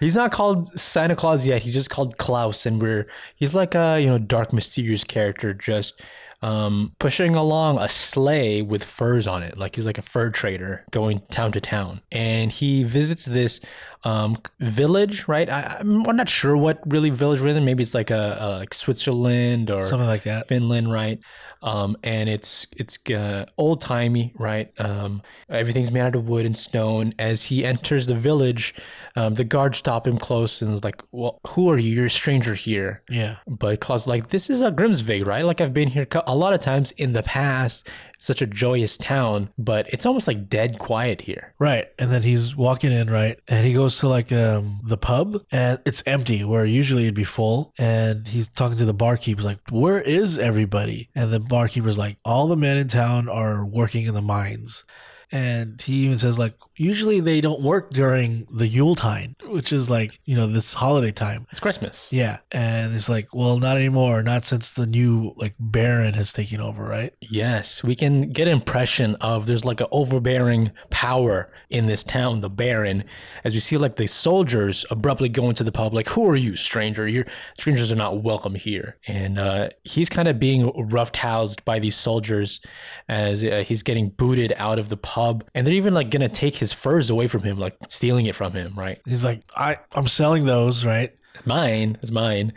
S2: He's not called Santa Claus yet. He's just called Klaus, and we're he's like a you know dark, mysterious character, just um, pushing along a sleigh with furs on it. Like he's like a fur trader going town to town, and he visits this um, village. Right, I, I'm I'm not sure what really village we're in. Maybe it's like a, a like Switzerland or
S1: Something like that.
S2: Finland, right? Um, and it's it's uh, old timey, right? Um, everything's made out of wood and stone. as he enters the village, um, the guards stop him close and is like, "Well, who are you? You're a stranger here."
S1: Yeah.
S2: But Klaus is like, "This is a Grimsvig, right? Like I've been here co- a lot of times in the past. Such a joyous town, but it's almost like dead quiet here."
S1: Right. And then he's walking in, right? And he goes to like um the pub and it's empty where usually it'd be full. And he's talking to the barkeep, he's like, Where is everybody? And the barkeeper's like, All the men in town are working in the mines. And he even says like usually they don't work during the Yule time, which is like, you know, this holiday time.
S2: It's Christmas.
S1: Yeah. And it's like, well, not anymore, not since the new like Baron has taken over, right?
S2: Yes, we can get impression of there's like an overbearing power in this town, the Baron, as we see like the soldiers abruptly go into the pub, like, who are you, stranger? You're, strangers are not welcome here. And uh, he's kind of being roughhoused by these soldiers as uh, he's getting booted out of the pub. And they're even like going to take his furs away from him, like stealing it from him, right?
S1: He's like, I, I'm selling those, right?
S2: Mine is mine.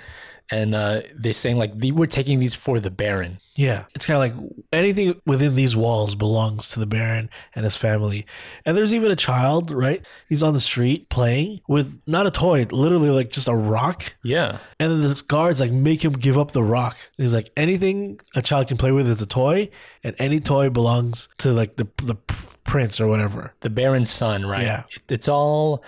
S2: And uh, they're saying like, "The- we're taking these for the Baron.
S1: Yeah, it's kind of like anything within these walls belongs to the Baron and his family. And there's even a child, right? He's on the street playing with not a toy, literally like just a rock.
S2: Yeah.
S1: And then the guards like make him give up the rock. And he's like, anything a child can play with is a toy, and any toy belongs to like the the prince or whatever.
S2: the Baron's son, right?
S1: Yeah.
S2: It- It's all,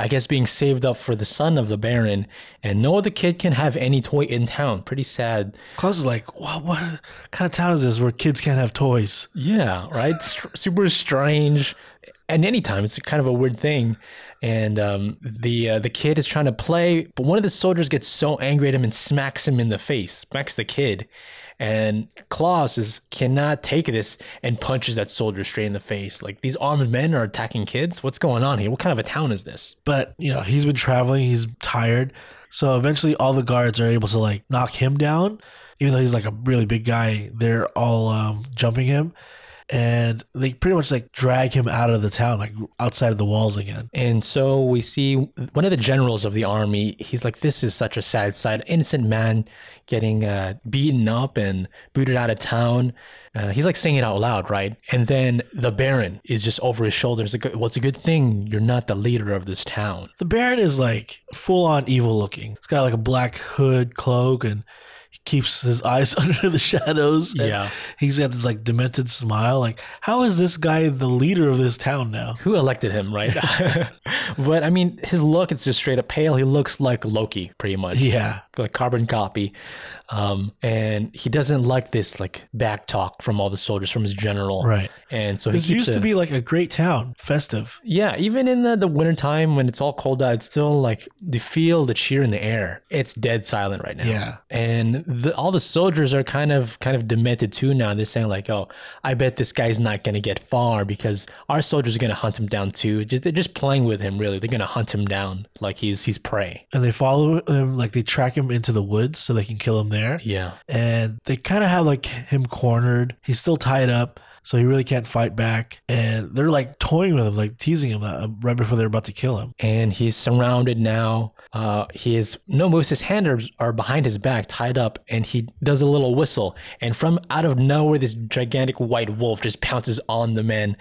S2: I guess, being saved up for the son of the Baron, and no other kid can have any toy in town. Pretty sad.
S1: Klaus is like, what, what kind of town is this where kids can't have toys?
S2: Yeah, right? Str- <laughs> Super strange. And anytime, it's kind of a weird thing. And um, the uh, the kid is trying to play, but one of the soldiers gets so angry at him and smacks him in the face, smacks the kid. And Klaus is, cannot take this and punches that soldier straight in the face. Like, these armed men are attacking kids? What's going on here? What kind of a town is this?
S1: But, you know, he's been traveling, he's tired. So eventually all the guards are able to like knock him down. Even though he's like a really big guy, they're all um, jumping him. And they pretty much like drag him out of the town, like outside of the walls again.
S2: And so we see one of the generals of the army. He's like, "This is such a sad sight. Innocent man getting uh, beaten up and booted out of town." Uh, he's like saying it out loud, right? And then the Baron is just over his shoulder. He's like, "Well, it's a good thing you're not the leader of this town."
S1: The Baron is like full on evil looking. He's got like a black hood cloak and he keeps his eyes <laughs> under the shadows. and
S2: Yeah.
S1: He's got this like demented smile. Like, how is this guy the leader of this town now?
S2: Who elected him,
S1: <laughs>
S2: right? <laughs> but I mean, his look—it's just straight up pale. He looks like Loki, pretty much.
S1: Yeah.
S2: like carbon copy um and he doesn't like this like back talk from all the soldiers from his general
S1: Right.
S2: and so he
S1: This
S2: keeps
S1: used
S2: a-
S1: to be like a great town, festive.
S2: yeah even in the, the wintertime when it's all cold out it's still like the feel the cheer in the air it's dead silent right now
S1: Yeah.
S2: and the, all the soldiers are kind of kind of demented too now they're saying like oh i bet this guy's not going to get far because our soldiers are going to hunt him down too just, they're just playing with him really they're going to hunt him down like he's he's prey
S1: And they follow him, like they track him into the woods so they can kill him there.
S2: yeah
S1: And they kind of have like him cornered. He's still tied up, so he really can't fight back. And they're like toying with him, like teasing him uh, right before they're about to kill him.
S2: and he's surrounded now. Uh, he is no moose. His hands are, are behind his back, tied up, and he does a little whistle. And from out of nowhere, this gigantic white wolf just pounces on the men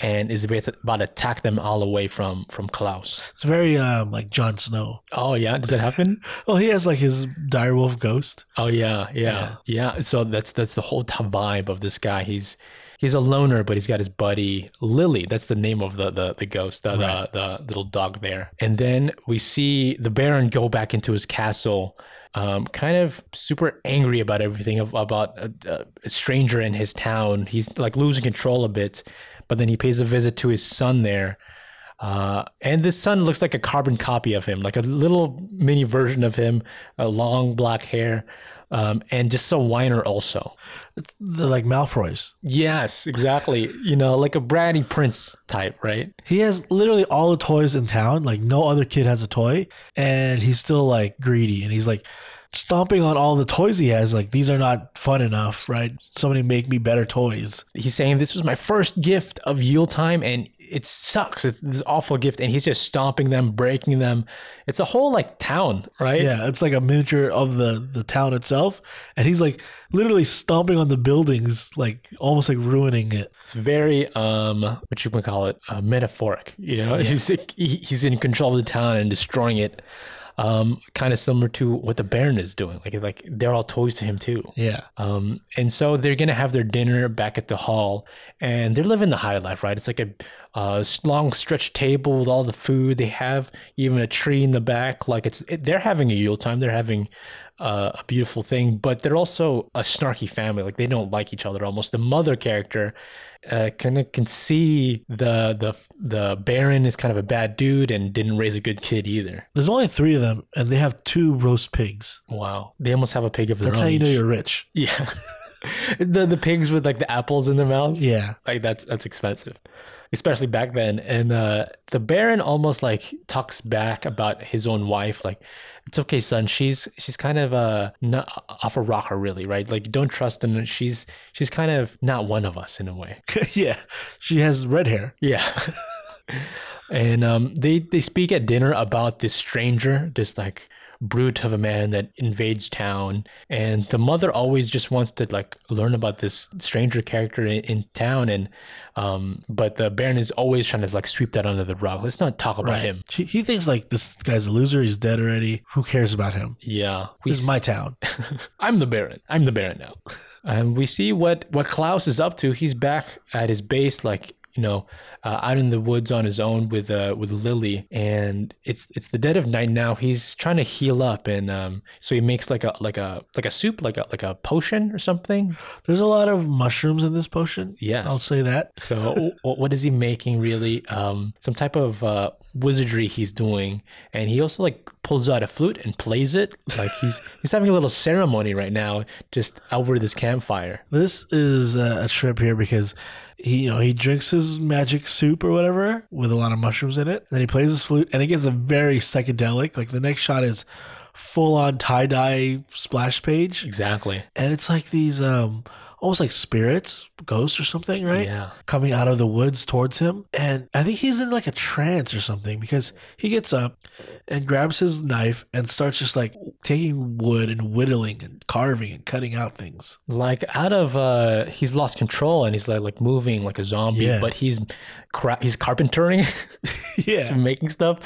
S2: and is about to, about to attack them all away from from Klaus.
S1: It's very um, like Jon Snow.
S2: Oh yeah, does that happen?
S1: Well, he has like his direwolf ghost.
S2: oh yeah, yeah, yeah, So that's that's the whole t- vibe of this guy. He's he's a loner, but he's got his buddy Lily. That's the name of the the, the ghost, the,
S1: Right.
S2: the the little dog there. And then we see the Baron go back into his castle. Um, kind of super angry about everything of, about a, a stranger in his town. He's like losing control a bit, but then he pays a visit to his son there, uh, and this son looks like a carbon copy of him, like a little mini version of him, uh, long black hair, um, and just a whiner also.
S1: It's the, like Malfroy's.
S2: Yes, exactly. You know, like a bratty prince type, right?
S1: He has literally all the toys in town. Like no other kid has a toy, and he's still like greedy, and he's like stomping on all the toys he has. Like these are not fun enough, right? Somebody make me better toys.
S2: He's saying this was my first gift of Yule time, and it sucks. It's this awful gift, and he's just stomping them, breaking them. It's a whole like town, right?
S1: Yeah, it's like a miniature of the the town itself, and he's like literally stomping on the buildings, like almost like ruining it.
S2: It's very um, what you can call it, uh, metaphoric. You know, he's he, he's in control of the town and destroying it. Um, kind of similar to what the Baron is doing. Like like they're all toys to him too.
S1: Yeah,
S2: Um, and so they're gonna have their dinner back at the hall, and they're living the high life, right? It's like a uh, s- long stretched table with all the food they have, even a tree in the back. Like it's it, they're having a Yule time. They're having uh, a beautiful thing, but they're also a snarky family. Like they don't like each other almost. The mother character uh, kind of can see the the the Baron is kind of a bad dude and didn't raise a good kid either.
S1: there's only three of them, and they have two roast pigs.
S2: Wow, they almost have a pig of their
S1: That's
S2: own.
S1: how you know
S2: each.
S1: you're rich.
S2: <laughs> Yeah. the the pigs with like the apples in their mouth.
S1: Yeah,
S2: Like that's that's expensive. Especially back then. And uh the Baron almost like talks back about his own wife, like it's okay, son. She's she's kind of uh not off a rocker, really, right? Like don't trust him. She's she's kind of not one of us in a way.
S1: <laughs> yeah. She has red hair.
S2: Yeah. <laughs> and um, they they speak at dinner about this stranger, this like brute of a man that invades town and the mother always just wants to like learn about this stranger character in, in town and um but the baron is always trying to like sweep that under the rug let's not talk about him
S1: She, he thinks like this guy's a loser. He's dead already. Who cares about him?
S2: yeah we
S1: This is my town.
S2: I'm the Baron. I'm the Baron now. And we see what what Klaus is up to. He's back at his base, like you know, uh, out in the woods on his own with uh, with Lily, and it's it's the dead of night now. He's trying to heal up, and um, so he makes like a like a like a soup, like a like a potion or something.
S1: There's a lot of mushrooms in this potion.
S2: Yes.
S1: I'll say that.
S2: So wh- what is he making really? Um, some type of uh, wizardry he's doing, and he also like pulls out a flute and plays it. Like he's <laughs> he's having a little ceremony right now, just over this campfire.
S1: This is uh, a trip here because he, you know, he drinks his magic soup or whatever with a lot of mushrooms in it, and then he plays his flute, and it gets a very psychedelic. Like the next shot is full on tie dye splash page,
S2: Exactly.
S1: and it's like these um almost like spirits, ghosts or something, right?
S2: Yeah.
S1: Coming out of the woods towards him, and I think he's in like a trance or something because he gets up and grabs his knife and starts just like taking wood and whittling and carving and cutting out things.
S2: like out of uh he's lost control and he's like like moving like a zombie
S1: Yeah.
S2: but he's crap he's carpentering <laughs>
S1: Yeah.
S2: making stuff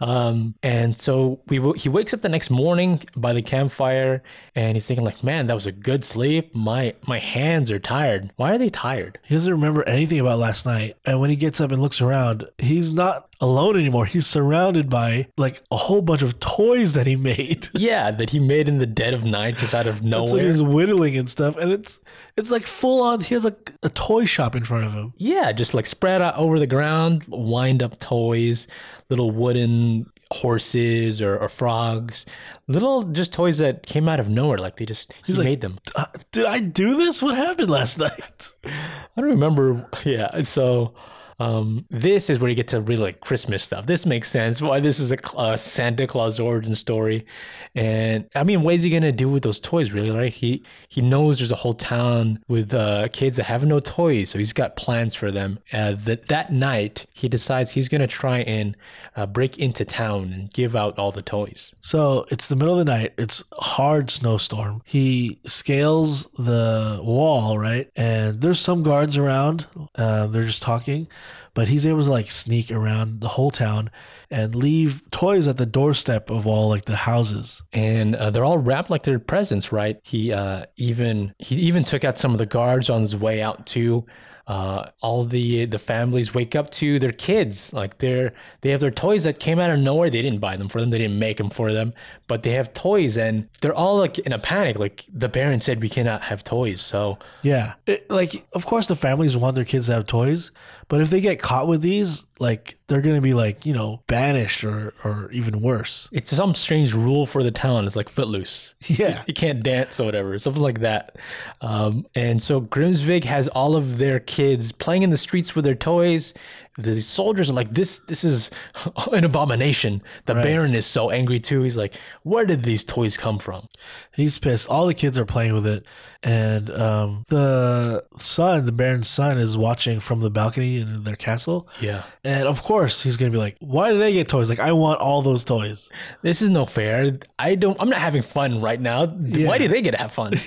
S2: um and so we w- he wakes up the next morning by the campfire and he's thinking like man that was a good sleep my my hands are tired why are they tired <laughs>
S1: He doesn't remember anything about last night. And when he gets up and looks around, he's not alone anymore. He's surrounded by like a whole bunch of toys that he made. <laughs>
S2: yeah that he made in the dead of night just out of
S1: That's what
S2: nowhere
S1: he's whittling and stuff. And it's it's like full on. He has a, a toy shop in front of him.
S2: yeah just like spread out over the ground wind up toys little wooden horses or, or frogs little just toys that came out of nowhere like they just he
S1: like-
S2: made them
S1: Uh, Did I do this? What happened last <laughs> night?
S2: i don't remember <laughs> yeah so um, this is where you get to really like Christmas stuff. This makes sense. Why this is a, cl- a Santa Claus origin story, and I mean, what is he gonna do with those toys? Really, right? He he knows there's a whole town with uh, kids that have no toys, so he's got plans for them. Uh, that that night, he decides he's gonna try and uh, break into town and give out all the toys.
S1: So it's the middle of the night. It's a hard snowstorm. He scales the wall, right? And there's some guards around. Uh, they're just talking, but he's able to like sneak around the whole town and leave toys at the doorstep of all like the houses.
S2: and uh, they're all wrapped like they're presents, right? He uh, even he even took out some of the guards on his way out too. Uh, all the the families wake up to their kids, like they're they have their toys that came out of nowhere. They didn't buy them for them, they didn't make them for them, but they have toys, and they're all like in a panic. Like the parents said, we cannot have toys, so
S1: Yeah. It, like, of course, the families want their kids to have toys, but if they get caught with these, like, they're going to be like, you know, banished or, or even worse. <laughs>
S2: it's some strange rule for the town. It's like footloose.
S1: Yeah.
S2: you can't dance or whatever, something like that. Um, and so Grimsvig has all of their kids playing in the streets with their toys. The soldiers are like, "This, this is <laughs> an abomination." The Baron is so angry too. He's like, "Where did these toys come from?"
S1: He's pissed. All the kids are playing with it, and um, the son, the Baron's son, is watching from the balcony in their castle.
S2: Yeah,
S1: And of course, he's gonna be like, "Why do they get toys? Like, I want all those toys."
S2: this is no fair. I don't. I'm not having fun right now. Why do they get to have fun?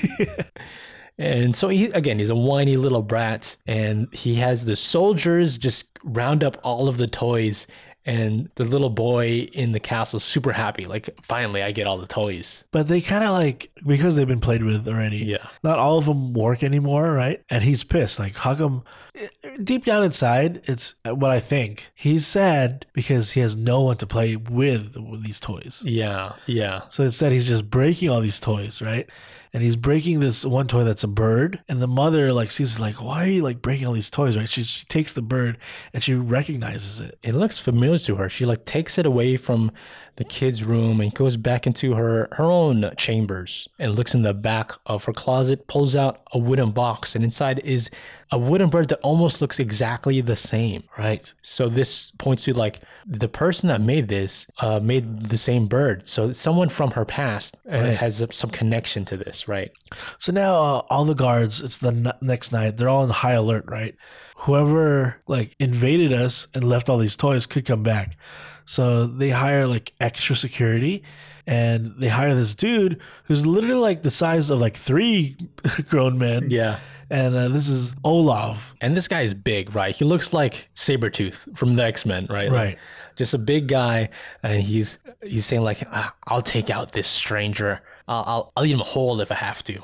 S2: And so he again, he's a whiny little brat, and he has the soldiers just round up all of the toys, and the little boy in the castle super happy, like finally I get all the toys.
S1: But they kind of like because they've been played with already.
S2: Yeah.
S1: Not all of them work anymore, right? And he's pissed. Like, how come? Deep down inside, it's what I think. He's sad because he has no one to play with with these toys.
S2: Yeah, yeah,
S1: So instead, he's just breaking all these toys, right? And he's breaking this one toy that's a bird. And the mother like sees like, why are you like breaking all these toys, right? She, she takes the bird and she recognizes it.
S2: it looks familiar to her. She like takes it away from the kid's room and goes back into her her own chambers and looks in the back of her closet, pulls out a wooden box, and inside is a wooden bird that almost looks exactly the same.
S1: Right.
S2: So this points to like the person that made this uh, made the same bird. So someone from her past uh, has some connection to this, right?
S1: So now uh, all the guards, it's the n- next night. They're all on high alert, right? Whoever like invaded us and left all these toys could come back. So they hire like extra security and they hire this dude who's literally like the size of like three <laughs> grown men.
S2: Yeah.
S1: And uh, this is Olav.
S2: And this guy is big, right? He looks like Sabretooth from the X-Men, right? Like,
S1: Right.
S2: just a big guy and he's he's saying like "Ah, I'll take out this stranger. I'll I'll, I'll eat him whole if I have to.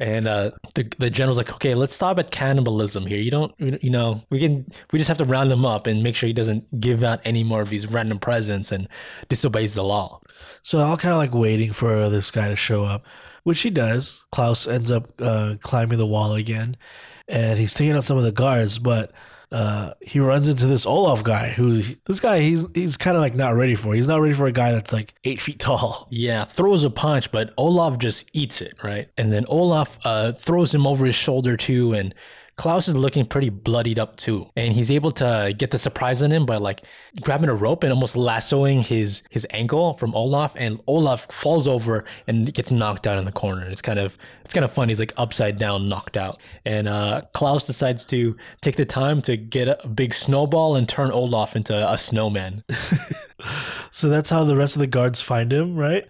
S2: and uh, the the general's like, okay, let's stop at cannibalism here. You don't, you you know, we can, we just have to round him up and make sure he doesn't give out any more of these random presents and disobeys the law.
S1: So I'm kind of like waiting for this guy to show up, which he does. Klaus ends up uh, climbing the wall again, and he's taking out some of the guards, but uh, he runs into this Olaf guy. Who this guy? He's he's kind of like not ready for. He's not ready for a guy that's like eight feet <laughs> tall.
S2: Yeah, throws a punch, but Olaf just eats it, right? And then Olaf uh, throws him over his shoulder too, and Klaus is looking pretty bloodied up too. And he's able to get the surprise on him by like grabbing a rope and almost lassoing his his ankle from Olaf, and Olaf falls over and gets knocked out in the corner. It's kind of it's kind of funny. He's like upside down, knocked out, and uh, Klaus decides to take the time to get a big snowball and turn Olaf into a snowman.
S1: So that's how the rest of the guards find him, right?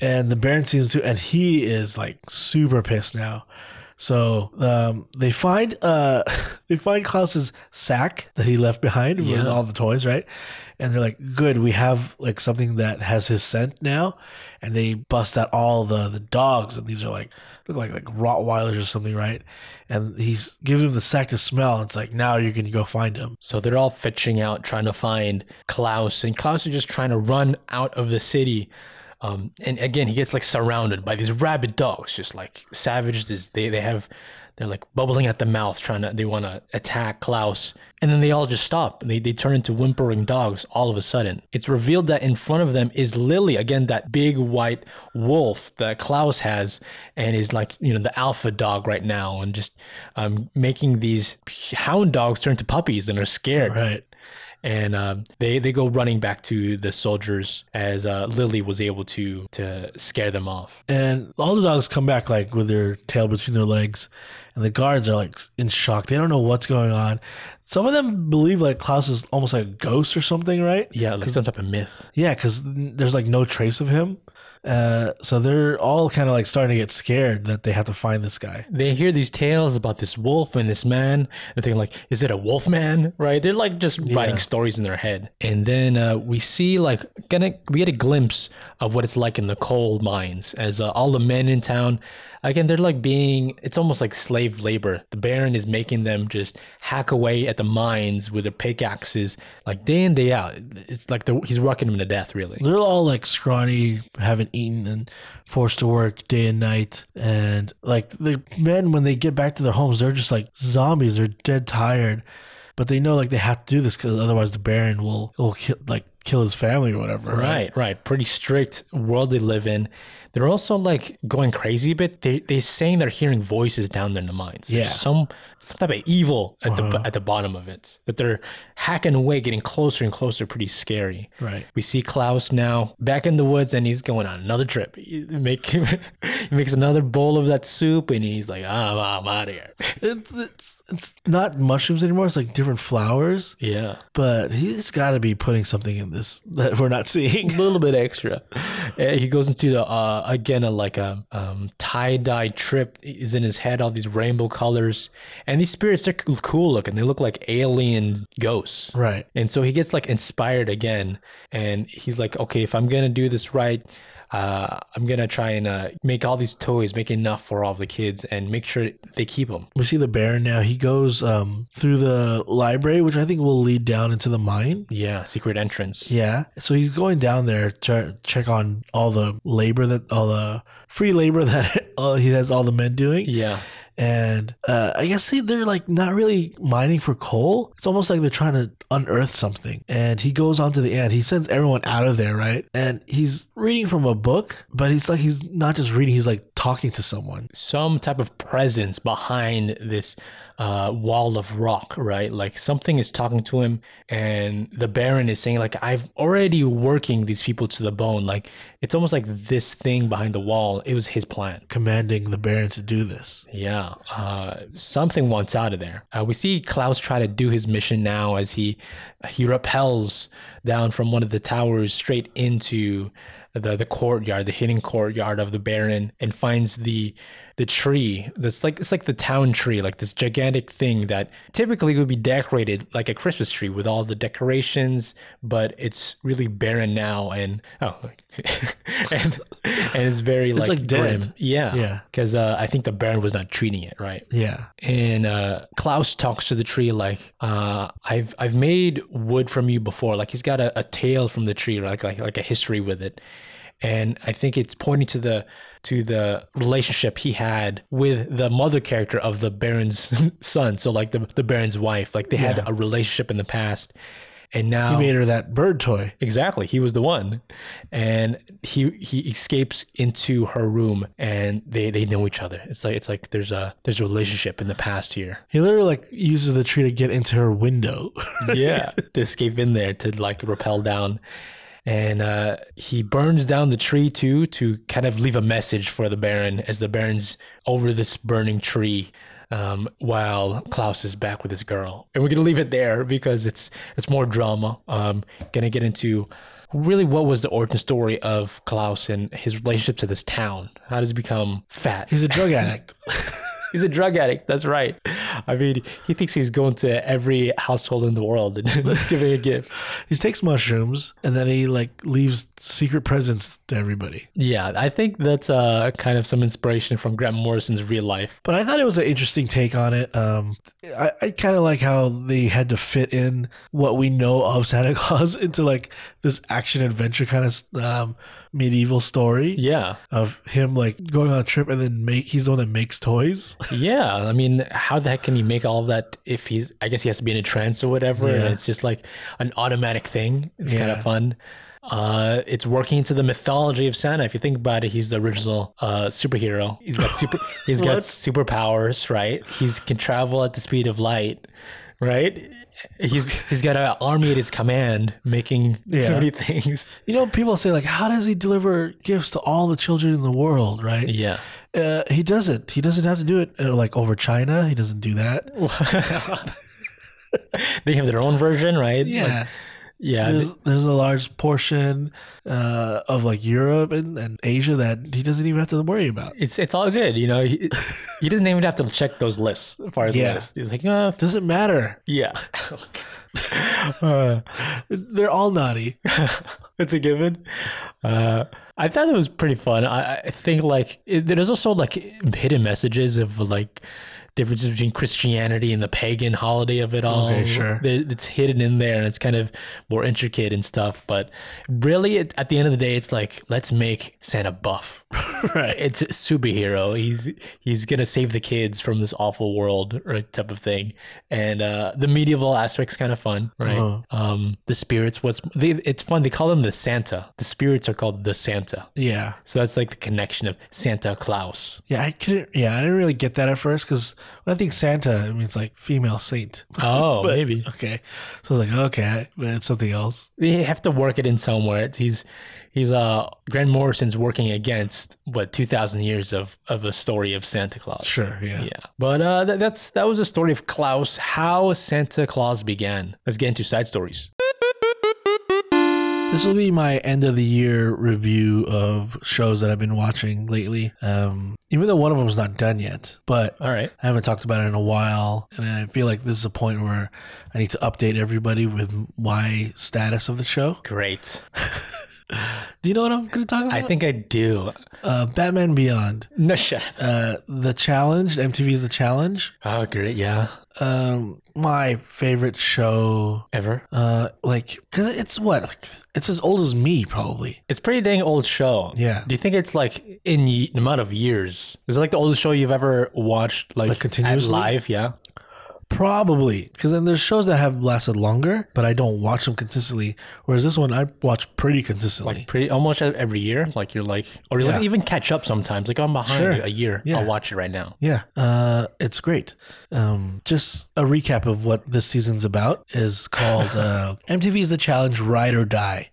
S1: And the Baron seems to, and he is like super pissed now. So um, they find uh, <laughs> they find Klaus's sack that he left behind
S2: Yeah.
S1: with all the toys, right? And they're like, "Good, we have like something that has his scent now." And they bust out all the the dogs, and these are like look like like Rottweilers or something, right? And he's giving him the sack to smell. And it's like now you can go find him.
S2: So they're all fetching out, trying to find Klaus, and Klaus is just trying to run out of the city. Um, and again, he gets like surrounded by these rabid dogs, just like savage. This- They they have, they're like bubbling at the mouth, trying to they want to attack Klaus, and then they all just stop. They they turn into whimpering dogs all of a sudden. It's revealed that in front of them is Lily again, that big white wolf that Klaus has, and is like you know the alpha dog right now, and just um, making these hound dogs turn to puppies and are scared
S1: Right.
S2: and um, they they go running back to the soldiers as uh, Lily was able to to scare them off.
S1: And all the dogs come back like with their tail between their legs, and the guards are like in shock. They don't know what's going on. Some of them believe like Klaus is almost like a ghost or something, right?
S2: Yeah, like some type of myth.
S1: Yeah, because there's like no trace of him. Uh, so they're all kind of like starting to get scared that they have to find this guy.
S2: They hear these tales about this wolf and this man. They're thinking like, is it a wolf man? Right? They're like just writing stories in their head. And then uh, we see like gonna we get a glimpse of what it's like in the coal mines as uh, all the men in town. Again, they're like being, it's almost like slave labor. The Baron is making them just hack away at the mines with their pickaxes, like day in, day out. It's like the, he's working them to death, really.
S1: They're all like scrawny, haven't eaten, and forced to work day and night. And like the men, when they get back to their homes, they're just like zombies. They're dead tired, but they know like they have to do this because otherwise the Baron will will kill, like kill his family or whatever. Right.
S2: Right, right. Pretty strict world they live in. They're also like going crazy a bit. They they saying they're hearing voices down there in the mines.
S1: Yeah.
S2: There's
S1: Uh-huh.
S2: some some type of evil at the at the bottom of it. That they're hacking away, getting closer and closer. Pretty scary.
S1: Right.
S2: We see Klaus now back in the woods, and he's going on another trip. He, make, <laughs> he makes another bowl of that soup, and he's like, "I'm, I'm out of here."
S1: It's, it's it's not mushrooms anymore. It's like different flowers.
S2: Yeah.
S1: But he's got to be putting something in this that we're not seeing. <laughs>
S2: a little bit extra. And he goes into the uh, again a, like a um, tie dye trip is in his head. All these rainbow colors and these spirits are c- cool looking. They look like alien ghosts.
S1: Right.
S2: And so he gets like inspired again, and he's like, okay, if I'm gonna do this right. Uh, I'm gonna try and uh, make all these toys, make enough for all the kids, and make sure they keep them.
S1: we see the Baron now. He goes um, through the library, which I think will lead down into the mine.
S2: Yeah, secret entrance.
S1: Yeah. So he's going down there to check on all the labor that all the free labor <laughs> that all, he has all the men doing.
S2: yeah.
S1: And uh, I guess see, they're like not really mining for coal. It's almost like they're trying to unearth something. And he goes on to the end. He sends everyone out of there, right? And he's reading from a book, but he's like he's not just reading. He's like talking to someone.
S2: some type of presence behind this uh, wall of rock, right? Like something is talking to him, and the Baron is saying, like, I've already working these people to the bone. Like it's almost like this thing behind the wall. It was his plan.
S1: Commanding the Baron to do this.
S2: Yeah, uh, something wants out of there. Uh, we see Klaus try to do his mission now as he he rappels down from one of the towers straight into the the courtyard, the hidden courtyard of the Baron, and finds the the tree that's like it's like the town tree, like this gigantic thing that typically would be decorated like a Christmas tree with all the decorations, but it's really barren now. <laughs> And oh, and and it's very like,
S1: like, dead.
S2: grim. Yeah,
S1: Yeah.
S2: Because uh, I think the Baron was not treating it right.
S1: Yeah.
S2: And uh, Klaus talks to the tree like, uh, "I've I've made wood from you before." Like he's got a, a tale from the tree, like like like a history with it. And I think it's pointing to the to the relationship he had with the mother character of the Baron's <laughs> son. So like the the Baron's wife, like they had a relationship in the past, and now
S1: He made her that bird toy.
S2: Exactly, he was the one, and he he escapes into her room, and they they know each other. It's like it's like there's a there's a relationship in the past here.
S1: He literally like uses the tree to get into her window. <laughs>
S2: Yeah, to escape in there to like rappel down, and uh, he burns down the tree too to kind of leave a message for the Baron as the Baron's over this burning tree. Um, while Klaus is back with his girl, and we're gonna leave it there because it's it's more drama. Um, gonna get into really what was the origin story of Klaus and his relationship to this town? How does he become fat?
S1: He's a drug addict.
S2: <laughs> He's a drug addict. That's right. I mean, he thinks he's going to every household in the world and <laughs> giving a gift.
S1: he takes mushrooms and then he like leaves secret presents to everybody.
S2: Yeah, I think that's uh, kind of some inspiration from Grant Morrison's real life.
S1: But I thought it was an interesting take on it. Um, I, I kind of like how they had to fit in what we know of Santa <laughs> Claus into like this action adventure kind of um, medieval story
S2: Yeah,
S1: of him like going on a trip and then make he's the one that makes toys. <laughs>
S2: yeah. I mean, how the heck can he make all of that if he's? I guess he has to be in a trance or whatever.
S1: Yeah.
S2: And it's just like an automatic thing. It's kind
S1: Yeah.
S2: of fun. Uh, it's working into the mythology of Santa. If you think about it, he's the original uh, superhero. He's got
S1: <laughs>
S2: super. He's got
S1: What?
S2: superpowers, right? He's can travel at the speed of light, right? He's he's got an army at his command, making
S1: Yeah.
S2: so many things. <laughs>
S1: You know, people say like, how does he deliver gifts to all the children in the world? Right?
S2: Yeah.
S1: Uh, he doesn't. He doesn't have to do it uh, like over China. He doesn't do that.
S2: they have their own version, right?
S1: Yeah.
S2: Like, yeah.
S1: there's there's a large portion uh, of like Europe and, and Asia that he doesn't even have to worry about.
S2: it's it's all good, you know. He, he doesn't even have to check those lists, part of
S1: Yeah.
S2: the list. He's like, oh,
S1: Doesn't matter.
S2: yeah, <laughs>
S1: They're all naughty.
S2: it's a given. Uh, I thought it was pretty fun. I, I think like it, there's also like hidden messages of like differences between Christianity and the pagan holiday of it all.
S1: Okay, sure.
S2: There- It's hidden in there and it's kind of more intricate and stuff. But really, it, at the end of the day, it's like let's make Santa buff.
S1: <laughs> right.
S2: it's a superhero. He's he's gonna save the kids from this awful world, right? Type of thing. And uh, the medieval aspect's kind of fun, right?
S1: Uh-huh.
S2: Um, the spirits. What's they, it's fun. They call them the Santa. The spirits are called the Santa.
S1: Yeah.
S2: So that's like the connection of Santa Claus.
S1: Yeah, I couldn't. Yeah, I didn't really get that at first because when I think Santa, it means like female saint. <laughs> <laughs>
S2: Oh,
S1: But-
S2: maybe
S1: Okay, so I was like, okay, but it's something else.
S2: they have to work it in somewhere. It's, he's he's uh Grant Morrison's working against what two thousand years of of a story of Santa Claus.
S1: Sure. Yeah.
S2: Yeah, but uh, that, that's that was a story of Klaus, how Santa Claus began. Let's get into side stories.
S1: This will be my end of the year review of shows that I've been watching lately. Um, even though one of them is not done yet, but
S2: All right.
S1: I haven't talked about it in a while, and I feel like this is a point where I need to update everybody with my status of the show.
S2: Great.
S1: Do you know what I'm going to talk about?
S2: I think I do.
S1: uh, Batman Beyond,
S2: No <laughs> shit.
S1: uh, the challenge, MTV's the challenge.
S2: Oh, great. Yeah.
S1: Um, my favorite show,
S2: Ever.
S1: uh, like, cause it's what, like, it's as old as me, probably.
S2: It's pretty dang old show.
S1: Yeah.
S2: Do you think it's like in the amount of years? Is it like the oldest show you've ever watched? Like,
S1: Like, continuously?
S2: at live? Yeah.
S1: Probably, because then there's shows that have lasted longer, but I don't watch them consistently. Whereas this one, I watch pretty consistently.
S2: Like pretty almost e-, every year. Like you're like, or you
S1: Yeah.
S2: even catch up sometimes. Like I'm behind
S1: Sure.
S2: a year.
S1: Yeah.
S2: I'll watch it right now.
S1: Yeah, uh, it's great. Um, just a recap of what this season's about is called uh, MTV's The Challenge Ride or Die,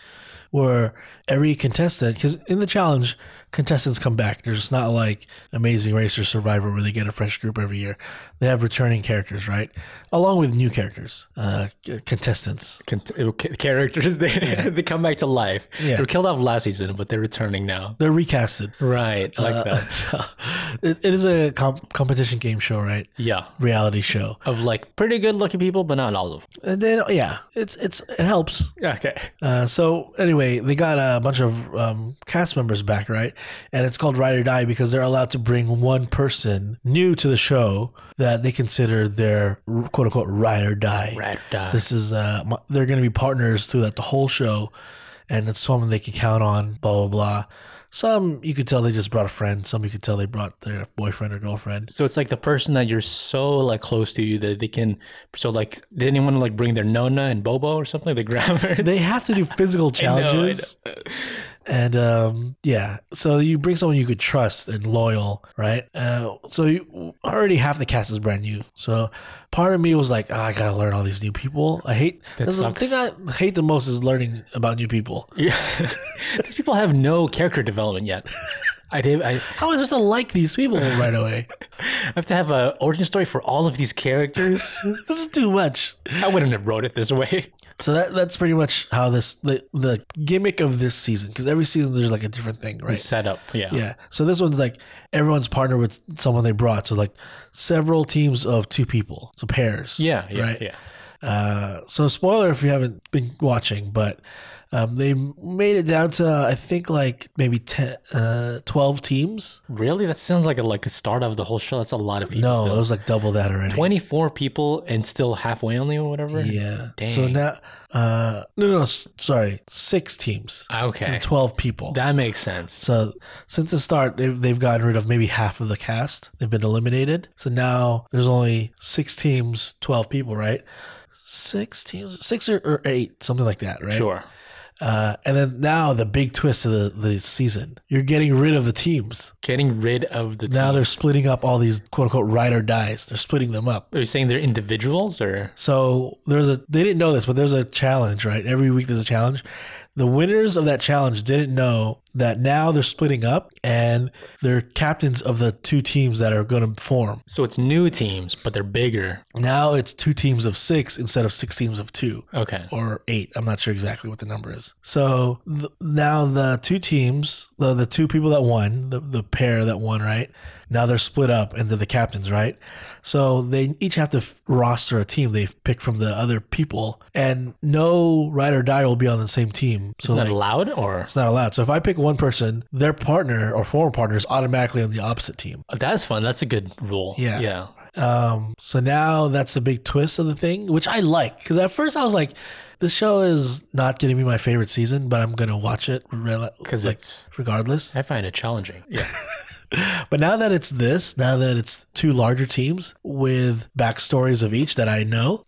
S1: where every contestant, because in the challenge, contestants come back. There's just not like Amazing Race or Survivor where they get a fresh group every year. They have returning characters, right? Along with new characters, uh, c- contestants.
S2: Cont- characters <laughs> they they come back to life.
S1: Yeah.
S2: They were killed off last season, but they're returning now.
S1: They're recasted. <laughs>
S2: Right, I like
S1: Uh,
S2: that.
S1: it, it is a comp- competition game show, right?
S2: Yeah,
S1: Reality show.
S2: of like pretty good looking people, but not all of
S1: And then, yeah, it's it's it helps.
S2: them. Okay.
S1: Uh, so anyway, they got a bunch of um, cast members back, right? and it's called Ride or Die because they're allowed to bring one person new to the show that they consider their quote unquote ride or die.
S2: Ride or die.
S1: This is uh, my- they're going to be partners throughout the whole show, and it's someone they can count on. Blah blah blah. Some you could tell they just brought a friend. Some you could tell they brought their boyfriend or girlfriend.
S2: So it's like the person that you're so like close to you that they can. So like, did anyone like bring their Nona and Bobo or something? <laughs> The grabber.
S1: They have to do physical
S2: <laughs> I know, I know.
S1: challenges. And um, yeah, so you bring someone you could trust and loyal, right? Uh, so you, already half the cast is brand new. So part of me was like, "Ah, I gotta learn all these new people. I hate
S2: That
S1: that's the
S2: sucks.
S1: thing I hate the most is learning about new people.
S2: Yeah. <laughs> These people have no character development yet. I did. I,
S1: How am I supposed to like these people
S2: <laughs>
S1: right away?
S2: I have to have a origin story for all of these characters.
S1: this is too much.
S2: I wouldn't have wrote it this way. <laughs>
S1: So that that's pretty much how this the the gimmick of this season because every season there's like a different thing, right?
S2: Setup. Yeah.
S1: Yeah. So this one's like everyone's partnered with someone they brought. So like several teams of two people, so pairs.
S2: Yeah. Yeah.
S1: Right.
S2: yeah.
S1: Uh, so spoiler if you haven't been watching, but um, they made it down to I think like maybe 10, uh, 12 teams.
S2: Really? That sounds like a like a start of the whole show. That's a lot of people.
S1: No,
S2: still.
S1: it was like double that already.
S2: 24 people and still halfway only or whatever.
S1: Yeah.
S2: Dang.
S1: So now, uh, no, no, no, s- sorry, six teams,
S2: Okay.
S1: and twelve people.
S2: That makes sense.
S1: So since the start, they've, they've gotten rid of maybe half of the cast. They've been eliminated. So now there's only six teams, twelve people, right? Six teams, six or, or eight, something like that, right?
S2: Sure.
S1: Uh, and then now the big twist of the, the season: you're getting rid of the teams.
S2: Getting rid of the.
S1: Now
S2: team.
S1: they're splitting up all these quote unquote ride or dies. They're splitting them up.
S2: Are you saying they're individuals or?
S1: So there's a they didn't know this, but there's a challenge, right? Every week there's a challenge. The winners of that challenge didn't know that now they're splitting up and they're captains of the two teams that are going to form.
S2: So it's new teams, but they're bigger.
S1: Now it's two teams of 6 instead of 6 teams of 2
S2: Okay.
S1: or 8. I'm not sure exactly what the number is. So th- now the two teams, the, the two people that won, the, the pair that won, right? Now they're split up into the captains, right? So they each have to f- roster a team they pick from the other people, and no ride or die will be on the same team. So
S2: Isn't
S1: like,
S2: that allowed or?
S1: it's not allowed. So if I pick one person, their partner or former partner is automatically on the opposite team.
S2: That's fun. That's a good rule.
S1: Yeah.
S2: Yeah.
S1: Um, so now that's the big twist of the thing, which I like because at first I was like, this show is not going to be my favorite season, but I'm going to watch it because
S2: Because
S1: like,
S2: it's.
S1: regardless.
S2: I find it challenging. Yeah.
S1: <laughs> But now that it's this, now that it's two larger teams with backstories of each that I know,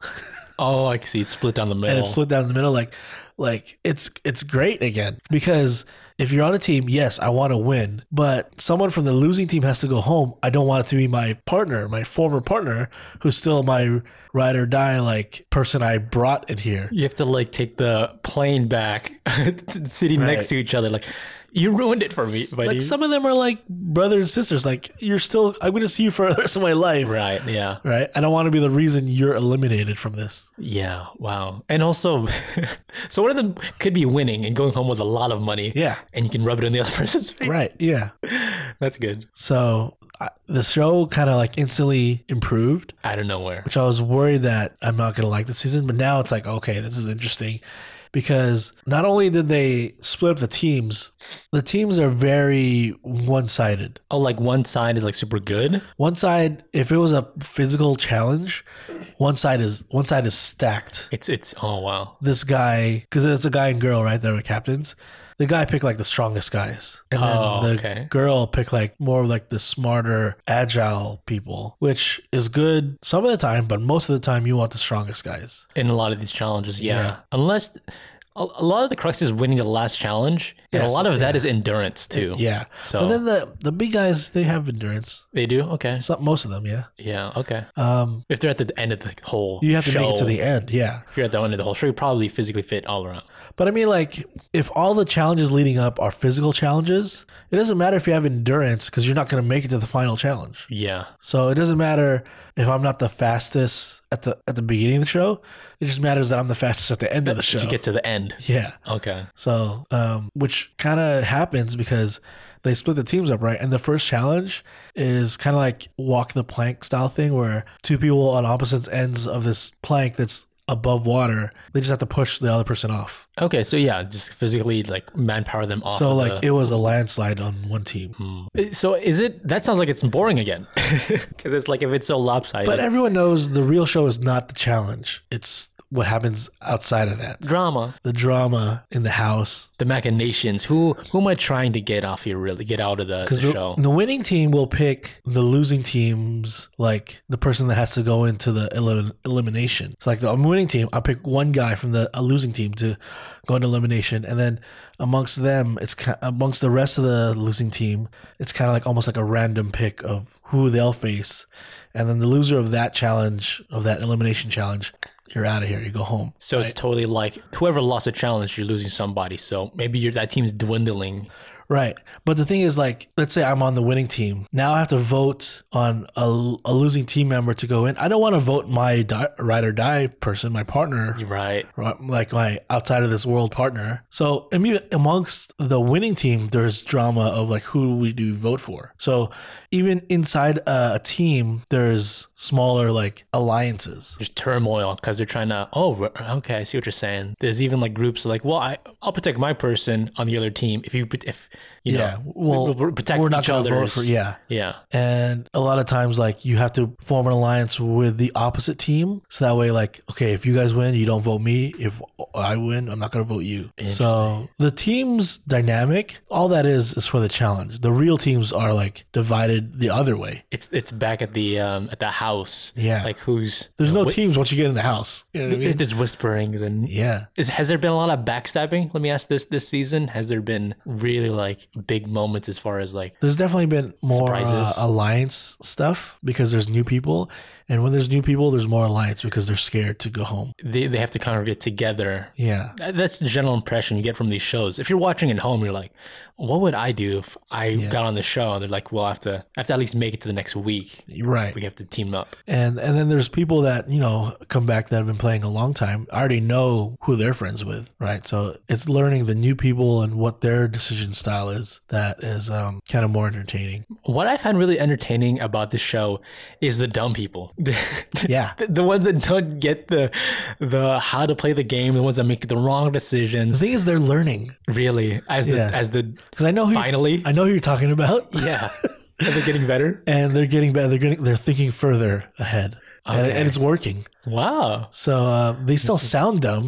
S2: oh, I can see it's split down the middle.
S1: and it's split down the middle, like, like it's it's great again because if you're on a team, yes, I want to win, but someone from the losing team has to go home. I don't want it to be my partner, my former partner, who's still my ride or die like person I brought in here.
S2: you have to like take the plane back, <laughs> sitting next
S1: Right.
S2: to each other. Like, you ruined it for me, buddy.
S1: Like some of them are like brother and sisters. Like you're still, I'm going to see you for <laughs> the rest of my life, right?
S2: right. Yeah.
S1: I don't want to be the reason you're eliminated from this.
S2: Yeah. Wow. And also, <laughs> so one of them could be winning and going home with a lot of money.
S1: Yeah.
S2: And you can rub it in the other <laughs> person's face.
S1: Right. Yeah.
S2: That's good.
S1: So I, the show kind of like instantly improved.
S2: Out of nowhere.
S1: which I was worried that I'm not going to like the season, but now it's like, okay, this is interesting because not only did they split up the teams, the teams are very one sided.
S2: Oh, like one side is like super good.
S1: One side, if it was a physical challenge, one side is one side is stacked.
S2: It's it's. Oh wow.
S1: This guy, because it's a guy and girl, right? That were captains. The guy picked like the strongest guys, and then
S2: Oh,
S1: the
S2: okay.
S1: girl picked like more of, like the smarter, agile people, which is good some of the time, but most of the time you want the strongest guys.
S2: in a lot of these challenges. Yeah,
S1: Yeah.
S2: unless a, a lot of the crux is winning the last challenge, and
S1: Yeah,
S2: a lot
S1: so-
S2: of that is endurance too.
S1: Yeah.
S2: So
S1: But then the the big guys they have endurance.
S2: they do okay.
S1: Some, most of them, yeah.
S2: Yeah, okay.
S1: Um,
S2: If they're at the end of the whole,
S1: you have to
S2: show,
S1: make it to the end, yeah.
S2: If you're at the end of the whole show, you probably physically fit all around.
S1: But I mean, like, if all the challenges leading up are physical challenges, it doesn't matter if you have endurance because you're not going to make it to the final challenge.
S2: Yeah,
S1: So it doesn't matter if I'm not the fastest at the at the beginning of the show. It just matters that I'm the fastest at the end of the show.
S2: to get to the end.
S1: yeah.
S2: Okay.
S1: So, um, which kind of happens because they split the teams up, right? And the first challenge is kind of like walk the plank style thing where two people on opposite ends of this plank that's above water. They just have to push the other person off.
S2: Okay, so yeah, just physically like manpower them off.
S1: so
S2: of
S1: like
S2: the-
S1: it was a landslide on one team.
S2: Uh, so is it? That sounds like it's boring again, <laughs> because it's like if it's so lopsided.
S1: But everyone knows the real show is not the challenge. It's what happens outside of that.
S2: drama,
S1: The drama in the house.
S2: the machinations. Who who am I trying to get off here? Really, get out of the, the
S1: Because the,
S2: show.
S1: the winning team will pick the losing team's like the person that has to go into the elim- elimination. It's like the I'm winning team, I pick one guy from the a losing team to go into elimination, and then amongst them, it's ki- amongst the rest of the losing team, it's kind of like almost like a random pick of who they'll face, and then the loser of that challenge of that elimination challenge, you're out of here, you go home.
S2: So it's totally like whoever lost a challenge, you're losing somebody. So maybe you're, that team's dwindling.
S1: Right. But the thing is, like, let's say I'm on the winning team. Now I have to vote on a, a losing team member to go in. I don't want to vote my di- ride or die person, my partner,
S2: Right.
S1: or like my outside of this world partner. So, I mean, amongst the winning team, there's drama of like who we do vote for. So, even inside a, a team, there's smaller like alliances.
S2: There's turmoil because they're trying to. Oh, re- okay. I see what you're saying. There's even like groups like, well, I I'll protect my person on the other team if you put- if you
S1: Yeah.
S2: know
S1: Well,
S2: we- we protect
S1: We're not
S2: each
S1: going to vote
S2: other's.
S1: for, yeah.
S2: yeah.
S1: And a lot of times, like, you have to form an alliance with the opposite team. So that way, like, okay, if you guys win, you don't vote me. If I win, I'm not going to vote you. So
S2: Interesting.
S1: the team's dynamic, all that is, is for the challenge. The real teams are like divided the other way.
S2: It's it's back at the um at the house.
S1: Yeah.
S2: Like who's
S1: There's no
S2: whi-
S1: teams once you get in the house. You know what I
S2: <laughs>
S1: mean?
S2: There's whisperings and
S1: Yeah.
S2: Is, has there been a lot of backstabbing? Let me ask this this season. Has there been really like big moments as far as like
S1: There's definitely been more uh,
S2: Surprises.
S1: alliance stuff because there's new people. And when there's new people, there's more alliance because they're scared to go home.
S2: they, they have to kind of get together?
S1: Yeah.
S2: That- That's the general impression you get from these shows. If you're watching at home, you're like, what would I do if I got on the show? And they're like, well, I have to, I have to at least make it to the next week.
S1: You're right.
S2: We have to team up.
S1: And and then there's people that, you know, come back that have been playing a long time. I already know who they're friends with, right? So it's learning the new people and what their decision style is that is um, kind of more entertaining.
S2: What I find really entertaining about the show is the dumb people. <laughs>
S1: Yeah.
S2: The, the ones that don't get the the how to play the game, the ones that make the wrong
S1: The
S2: decisions.
S1: thing is they're learning.
S2: Really, as the
S1: Yeah.
S2: as the
S1: Cuz I know who
S2: Finally.
S1: I know who you're talking about
S2: yeah, are they getting better?
S1: and they're getting better. They're getting they're thinking further ahead. And,
S2: Okay.
S1: and it's working.
S2: Wow. <laughs>
S1: So uh, they still sound dumb,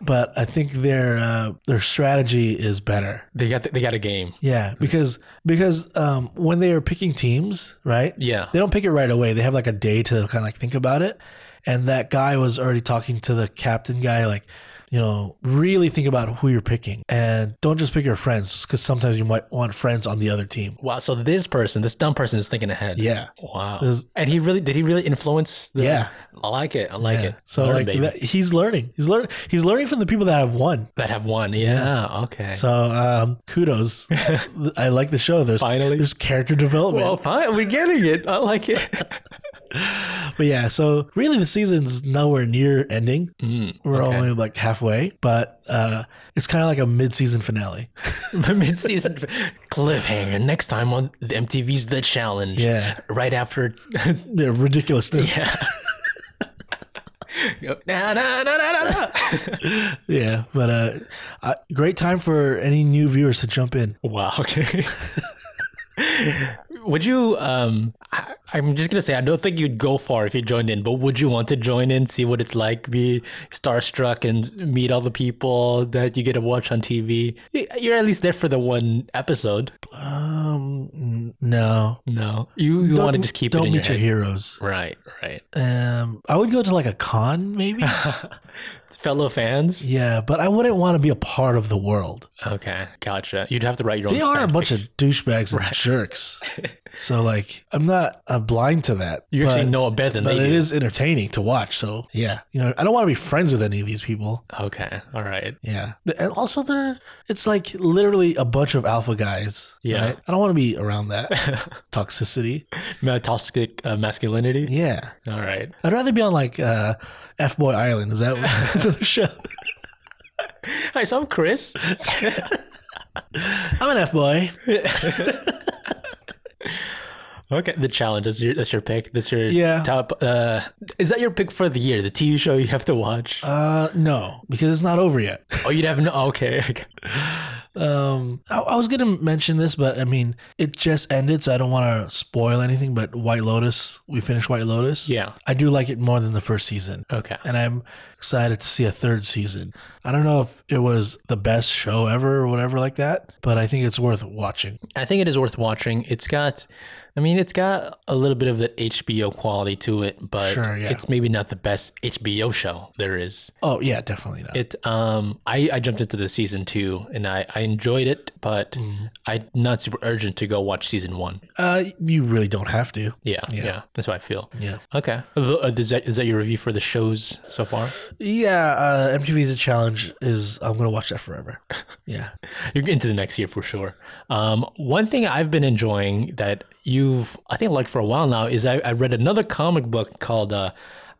S1: but I think their uh, their strategy is better.
S2: they got they got a game.
S1: Yeah, because because um, when they are picking teams, right?
S2: Yeah.
S1: they don't pick it right away. They have like a day to kind of like think about it. And that guy was already talking to the captain guy, like, you know, really think about who you're picking and don't just pick your friends because sometimes you might want friends on the other team.
S2: Wow. So this person, this dumb person, is thinking ahead.
S1: Yeah.
S2: Wow.
S1: There's-
S2: and he really did he really influence? The,
S1: Yeah.
S2: I like it. I like
S1: Yeah.
S2: it.
S1: So
S2: Learn,
S1: like
S2: baby.
S1: that, he's learning. He's learning. He's learning from the people that have won.
S2: that have won. Yeah. Okay.
S1: So um,
S2: <laughs>
S1: kudos. I like the show. There's
S2: Finally.
S1: there's character development.
S2: well, fine. We're getting it. I like <laughs> it.
S1: But yeah, so really the season's nowhere near ending.
S2: Mm,
S1: We're
S2: okay.
S1: only like halfway, but uh, it's kind of like a mid-season finale.
S2: Mid-season cliffhanger. Next time on the MTV's The Challenge.
S1: Yeah.
S2: Right after. <laughs>
S1: Yeah, ridiculousness. Yeah.
S2: yeah. na, na, na, na, na.
S1: but uh, uh, great time for any new viewers to jump in.
S2: Wow. <laughs> Okay. would you? Um, I, I'm just gonna say I don't think you'd go far if you joined in, but would you want to join in, see what it's like, be starstruck, and meet all the people that you get to watch on TV? Y- You're at least there for the one episode.
S1: Um, n- no,
S2: No, you you
S1: Don't-
S2: want to just keep
S1: Don't
S2: it in
S1: meet
S2: your
S1: your,
S2: head.
S1: heroes.
S2: Right, right.
S1: Um, I would go to like a con, maybe.
S2: <laughs> Fellow fans.
S1: yeah, but I wouldn't want to be a part of the world.
S2: Okay, gotcha. You'd have to write your own.
S1: They are a
S2: fan
S1: bunch
S2: fiction.
S1: of douchebags and
S2: <laughs>
S1: jerks. So like, I'm not I'm blind to that.
S2: You actually
S1: but-
S2: know it better than
S1: But
S2: they
S1: it
S2: do.
S1: is entertaining to watch. So yeah, you know, I don't want to be friends with any of these people.
S2: Okay, all right.
S1: Yeah, The- and also they're it's like literally a bunch of alpha guys.
S2: Yeah.
S1: I don't want to be around
S2: <laughs>
S1: that toxicity.
S2: Ma- Toxic uh, masculinity.
S1: Yeah,
S2: All right.
S1: I'd rather be on like uh, F Boy Island. Is that what <laughs> the show?
S2: Hi, so I'm Chris.
S1: I'm an F Boy.
S2: Okay, the challenge is your that's your pick. That's your
S1: Yeah.
S2: top. Uh, is that your pick for the year? The TV show you have to watch?
S1: Uh, no, because it's not over yet. <laughs>
S2: oh, you'd have no. Okay,
S1: Um, I, I was gonna mention this, but I mean, it just ended, so I don't want to spoil anything. But White Lotus, we finished White Lotus.
S2: yeah,
S1: I do like it more than the first season,
S2: okay.
S1: and I'm excited to see a third season. I don't know if it was the best show ever or whatever like that, but I think it's worth watching.
S2: I think it is worth watching. It's got, I mean, it's got a little bit of that HBO quality to it, but
S1: Sure, yeah.
S2: it's maybe not the best HBO show there is.
S1: Oh yeah, definitely not.
S2: It um I, I jumped into the season two and I, I enjoyed it, but
S1: Mm-hmm.
S2: I not super urgent to go watch season one.
S1: uh, you really don't have to.
S2: Yeah,
S1: Yeah.
S2: yeah, that's what I feel.
S1: Yeah.
S2: Okay, Th- uh, is that is that your review for the shows so far?
S1: Yeah, uh, MTV's a challenge is I'm gonna watch that
S2: <laughs>
S1: forever. Yeah.
S2: You're getting to the next year for sure. Um, one thing I've been enjoying that you've I think liked for a while now is I, I read another comic book called uh,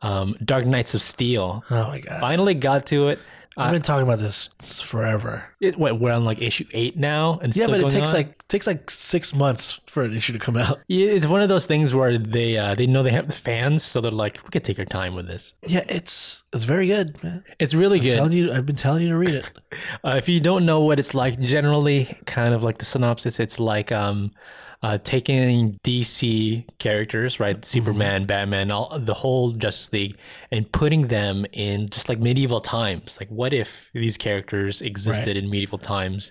S2: um, Dark Knights of Steel.
S1: Oh my god.
S2: Finally got to it. Uh,
S1: I've been talking about this forever.
S2: It wait, we're on like issue eight now, and
S1: Yeah,
S2: still
S1: but it
S2: going
S1: takes
S2: on?
S1: like takes like six months for an issue to come out. <laughs>
S2: Yeah, it's one of those things where they uh, they know they have the fans, so they're like, we could take our time with this.
S1: Yeah, it's it's very good, man.
S2: It's really good.
S1: Telling you, I've been telling you to read it.
S2: Uh, if you don't know what it's like, generally, kind of like the synopsis, it's like um, uh, taking DC characters,
S1: Mm-hmm.
S2: right, Superman, Batman, all the whole Justice League, and putting them in just like medieval times. Like, what if these characters existed in medieval times?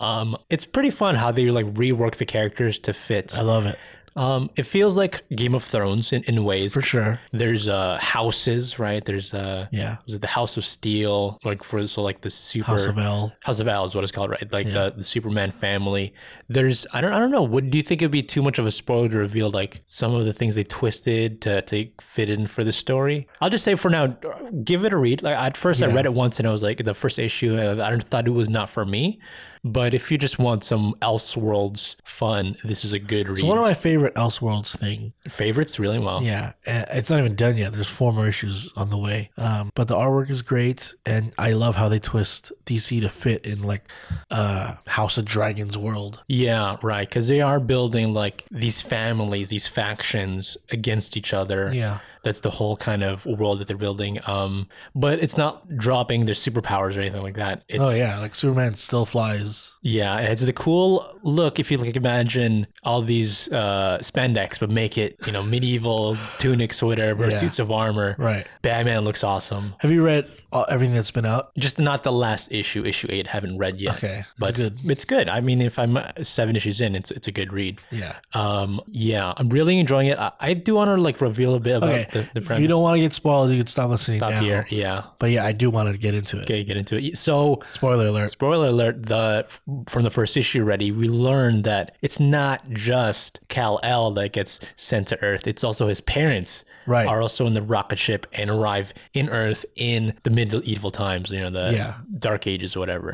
S2: Um, it's pretty fun how they like rework the characters to fit.
S1: I love it
S2: Um, it feels like Game of Thrones in, in ways.
S1: for sure.
S2: There's uh houses, right? There's uh
S1: Yeah,
S2: was it the House of Steel? Like for so like the super
S1: House of L.
S2: House of Al is what it's called, right? Like the, the Superman family. There's I don't I don't know. Would do you think it'd be too much of a spoiler to reveal like some of the things they twisted to, to fit in for the story? I'll just say for now, give it a read. Like at first I read it once and I was like the first issue. uh, I don't- thought it was not for me. But if you just want some Elseworlds fun, this is a good read.
S1: One of my favorite Elseworlds thing.
S2: Favorites really well.
S1: Yeah, and it's not even done yet. There's four more issues on the way. Um, but the artwork is great, and I love how they twist DC to fit in like uh House of Dragons world.
S2: Yeah, right. Because they are building like these families, these factions against each other.
S1: Yeah,
S2: That's the whole kind of world that they're building. Um, but it's not dropping their superpowers or anything like that. It's,
S1: oh yeah, like Superman still flies.
S2: yeah, It's the cool look if you like imagine all these uh, spandex, but make it you know
S1: <sighs>
S2: medieval tunics or whatever,
S1: Yeah.
S2: suits of armor.
S1: Right.
S2: Batman looks awesome.
S1: Have you read uh, everything that's been out?
S2: Just not the last issue, issue eight. Haven't read yet.
S1: Okay, that's
S2: But
S1: good.
S2: it's good. I mean, if I'm uh, seven issues in, it's it's a good read.
S1: Yeah.
S2: Um, yeah, I'm really enjoying it. I, I do want to like reveal a bit about
S1: Okay.
S2: the, the premise.
S1: If you don't want to get spoiled, you can stop listening
S2: stop
S1: now.
S2: here. Yeah.
S1: But yeah, I do want to get into it.
S2: Okay, get into it. So,
S1: Spoiler alert.
S2: spoiler alert: the f- from the first issue, ready, we learned that it's not just Cal El that gets sent to Earth. It's also his parents
S1: Right.
S2: are also in the rocket ship and arrive in Earth in the medieval times. You know, the
S1: Yeah. Uh-huh.
S2: Dark Ages or whatever.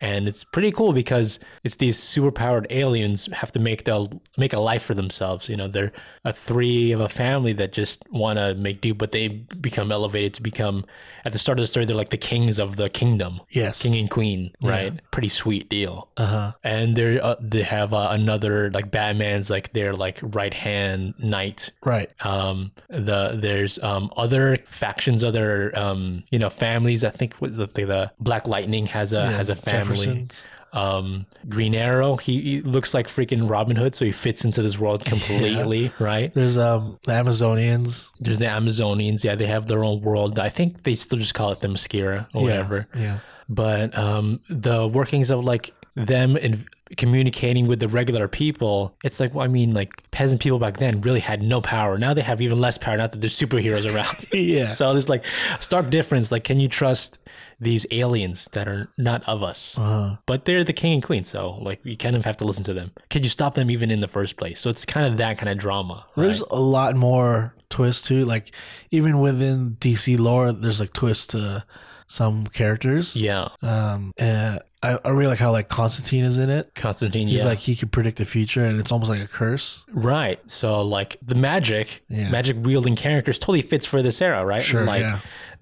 S2: And it's pretty cool because it's these superpowered aliens have to make the make a life for themselves. You know, they're a three of a family that just want to make do, but they become elevated to become at the start of the story. They're like the kings of the kingdom,
S1: Yes.
S2: king and queen, right? Pretty sweet deal.
S1: Uh huh.
S2: And they're uh, they have uh, another like Batman's like their like right hand knight
S1: Right.
S2: um the there's um other factions other um you know families i think was the, the black lightning has a has Uh, a family
S1: Jefferson's.
S2: um green arrow he, he looks like freaking robin hood so he fits into this world completely right
S1: There's um the Amazonians.
S2: there's the amazonians yeah they have their own world i think they still just call it the mascara or whatever
S1: Yeah.
S2: but um, the workings of like them in communicating with the regular people, it's like well, I mean, like peasant people back then really had no power. Now they have even less power. Not that there's superheroes around. <laughs>
S1: Yeah.
S2: So there's like stark difference. Like, can you trust these aliens that are not of us?
S1: Uh-huh.
S2: But they're the king and queen, so like you kind of have to listen to them. Can you stop them even in the first place? So it's kind of that kind of drama. right?
S1: There's a lot more twists too. Like even within DC lore, there's like twists to some characters.
S2: Yeah.
S1: Um. Uh, I, I really like how like Constantine is in it.
S2: Constantine.
S1: He's
S2: yeah.
S1: like he could predict the future, and it's almost like a curse.
S2: Right. So like the magic,
S1: Yeah.
S2: magic wielding characters totally fits for this era, right?
S1: Sure,
S2: Like
S1: yeah.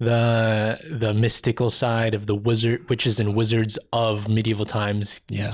S2: the the mystical side of the wizard witches and wizards of medieval times
S1: Yeah.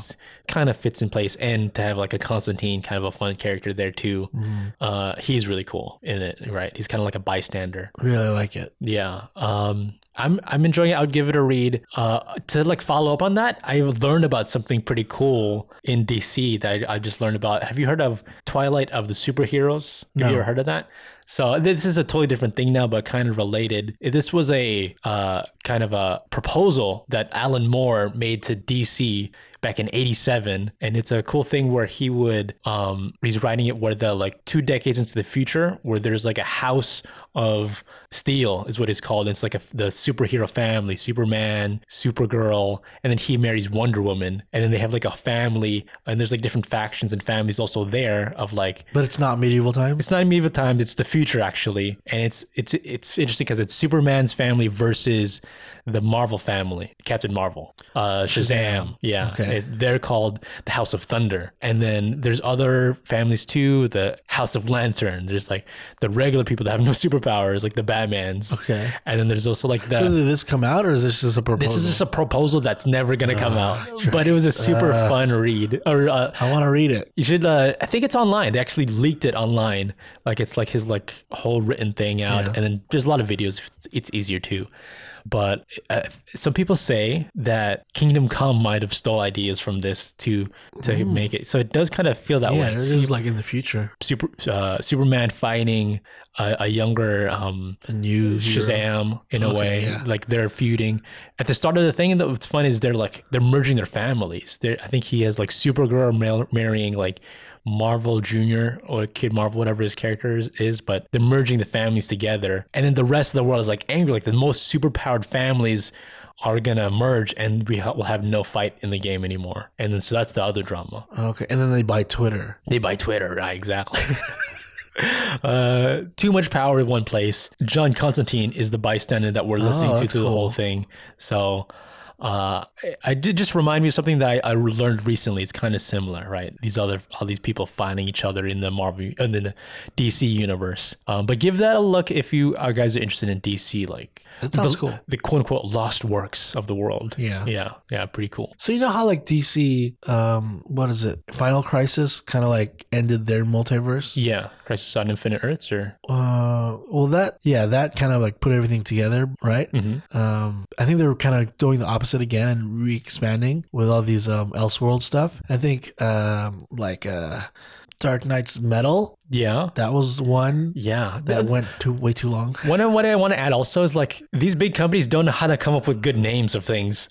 S2: kind of fits in place and to have like a Constantine kind of a fun character there too.
S1: Mm-hmm.
S2: Uh he's really cool in it, right? He's kind of like a bystander.
S1: Really like it.
S2: Yeah. Um I'm I'm enjoying it. I would give it a read. Uh to like follow up on that, I learned about something pretty cool in DC that I, I just learned about. Have you heard of Twilight of the Superheroes? Have
S1: No.
S2: you ever heard of that? So this is a totally different thing now, but kind of related. This was a uh, kind of a proposal that Alan Moore made to DC back in 87 and it's a cool thing where he would um he's writing it where the like two decades into the future where there's like a house of steel is what it's called it's like a, the superhero family superman supergirl and then he marries wonder woman and then they have like a family and there's like different factions and families also there of like
S1: But it's not medieval times.
S2: it's not medieval times. It's the future actually, and it's it's it's interesting because it's Superman's family versus the Marvel family, Captain Marvel, uh, Shazam. Yeah,
S1: Okay.
S2: It- they're called the House of Thunder, and then there's other families too, the House of Lantern. There's like the regular people that have no <laughs> superpowers, like the Batman's.
S1: Okay.
S2: And then there's also like the
S1: So did this come out, or is this just a proposal?
S2: this is just a proposal that's never gonna come
S1: Ah,
S2: out, but it was a super
S1: Uh.
S2: fun read. Or uh,
S1: I want to read it.
S2: you should. Uh, I think it's online. They actually leaked it online. Like it's like his like whole written thing out, and then there's a lot of videos. if It's, it's easier too. But uh, some people say that Kingdom Come might have stole ideas from this to to make it. So it does kind of feel that
S1: Hmm. Yeah,
S2: way.
S1: this
S2: See
S1: is like in the future.
S2: Super uh, Superman fighting a, a younger um,
S1: A new hero.
S2: Shazam in a way.
S1: Mm-hmm. yeah.
S2: Like they're feuding. At the start of the thing, though, what's fun is they're like they're merging their families. They're, I think he has like Supergirl mar- marrying like Marvel Junior or Kid Marvel, whatever his character is, is, but they're merging the families together. And then the rest of the world is like angry. Like the most superpowered families are gonna merge, and we ha- will have no fight in the game anymore. And then so that's the other drama.
S1: Okay, and then they buy Twitter.
S2: They buy Twitter, right? Exactly. <laughs> uh, too much power in one place. John Constantine is the bystander that we're listening to
S1: Oh, that's
S2: through the whole thing. So. Uh, I- I did just remind me of something that I, I learned recently. It's kind of similar, right? These other, all these people finding each other in the Marvel and in the DC universe. Um, but give that a look if you uh, guys are interested in DC, like
S1: That sounds
S2: the,
S1: cool.
S2: the quote unquote lost works of the world.
S1: Yeah.
S2: yeah, yeah, pretty cool.
S1: So you know how like DC, um, what is it? Final Crisis kind of like ended their multiverse.
S2: Yeah, Crisis on Infinite Earths, or
S1: Uh, well, that yeah, that kind of like put everything together, right?
S2: Mhm.
S1: Um, I think they were kind of doing the opposite again and re-expanding with all these um Elseworld stuff. I think um like uh, Dark Knight's Metal
S2: yeah,
S1: that was one <laughs>
S2: yeah.
S1: that went too way too long.
S2: One of what I want to add also is like these big companies don't know how to come up with good names
S1: <laughs>
S2: of things.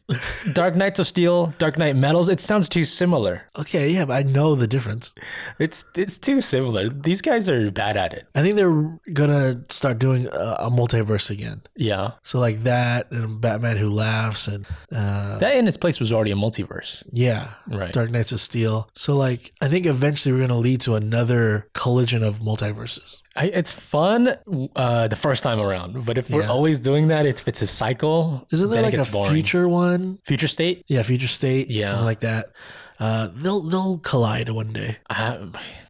S2: Dark Knights of Steel, Dark Knight Metals, it sounds too similar.
S1: Okay, yeah, but I know the difference.
S2: It's it's too similar. These guys are bad at it.
S1: I think they're gonna start doing a, a multiverse again.
S2: Yeah.
S1: So like that and Batman Who Laughs and uh,
S2: That in its place was already a multiverse.
S1: yeah,
S2: Right.
S1: Dark Knights of Steel. So like I think eventually we're gonna lead to another collision of multiverses.
S2: I, it's fun uh, the first time around, but if we're
S1: Yeah.
S2: always doing that, if it's a cycle,
S1: Isn't there
S2: then
S1: like
S2: it
S1: a
S2: gets boring.
S1: future one?
S2: Future state?
S1: Yeah, future state.
S2: Yeah.
S1: something like that. Uh, they'll they'll collide one day.
S2: I, Uh,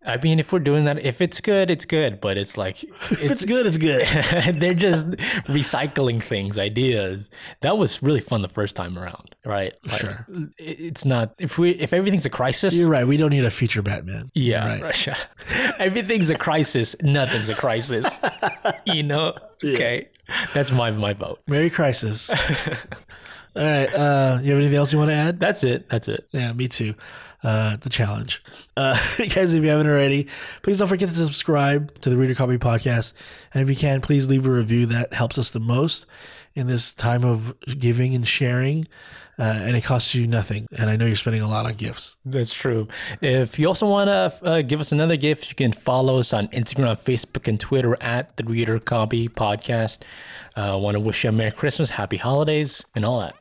S2: I mean, if we're doing that, if it's good, it's good, but it's
S1: <laughs>
S2: like
S1: If it's good, it's good.
S2: <laughs> they're just recycling things, ideas. That was really fun the first time around, right? Like,
S1: Sure.
S2: it- It's not if we if everything's a
S1: <laughs>
S2: crisis.
S1: You're right. We don't need a future Batman.
S2: yeah,
S1: right.
S2: Russia. <laughs> Everything's a crisis. Nothing's a crisis. you know. Okay, that's my my vote.
S1: Merry
S2: <laughs>
S1: Crisis. All right. Uh, you have anything else you want to add?
S2: That's it. That's it.
S1: Yeah, me too. Uh, the challenge. Uh, <laughs> guys, if you haven't already, please don't forget to subscribe to the Reader Copy Podcast. And if you can, please leave a review. That helps us the most in this time of giving and sharing. Uh, and it costs you nothing. And I know you're spending a lot on gifts.
S2: That's true. If you also want to uh, give us another gift, you can follow us on Instagram, Facebook, and Twitter at the Reader Copy Podcast. uh, want to wish you a Merry Christmas, Happy Holidays, and all that.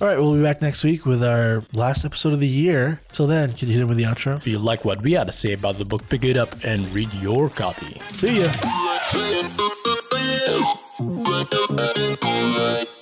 S1: All right, we'll be back next week with our last episode of the year. Till then, can you hit him with the outro?
S2: If you like what we had to say about the book, pick it up and read your copy.
S1: See ya.
S3: Thank you.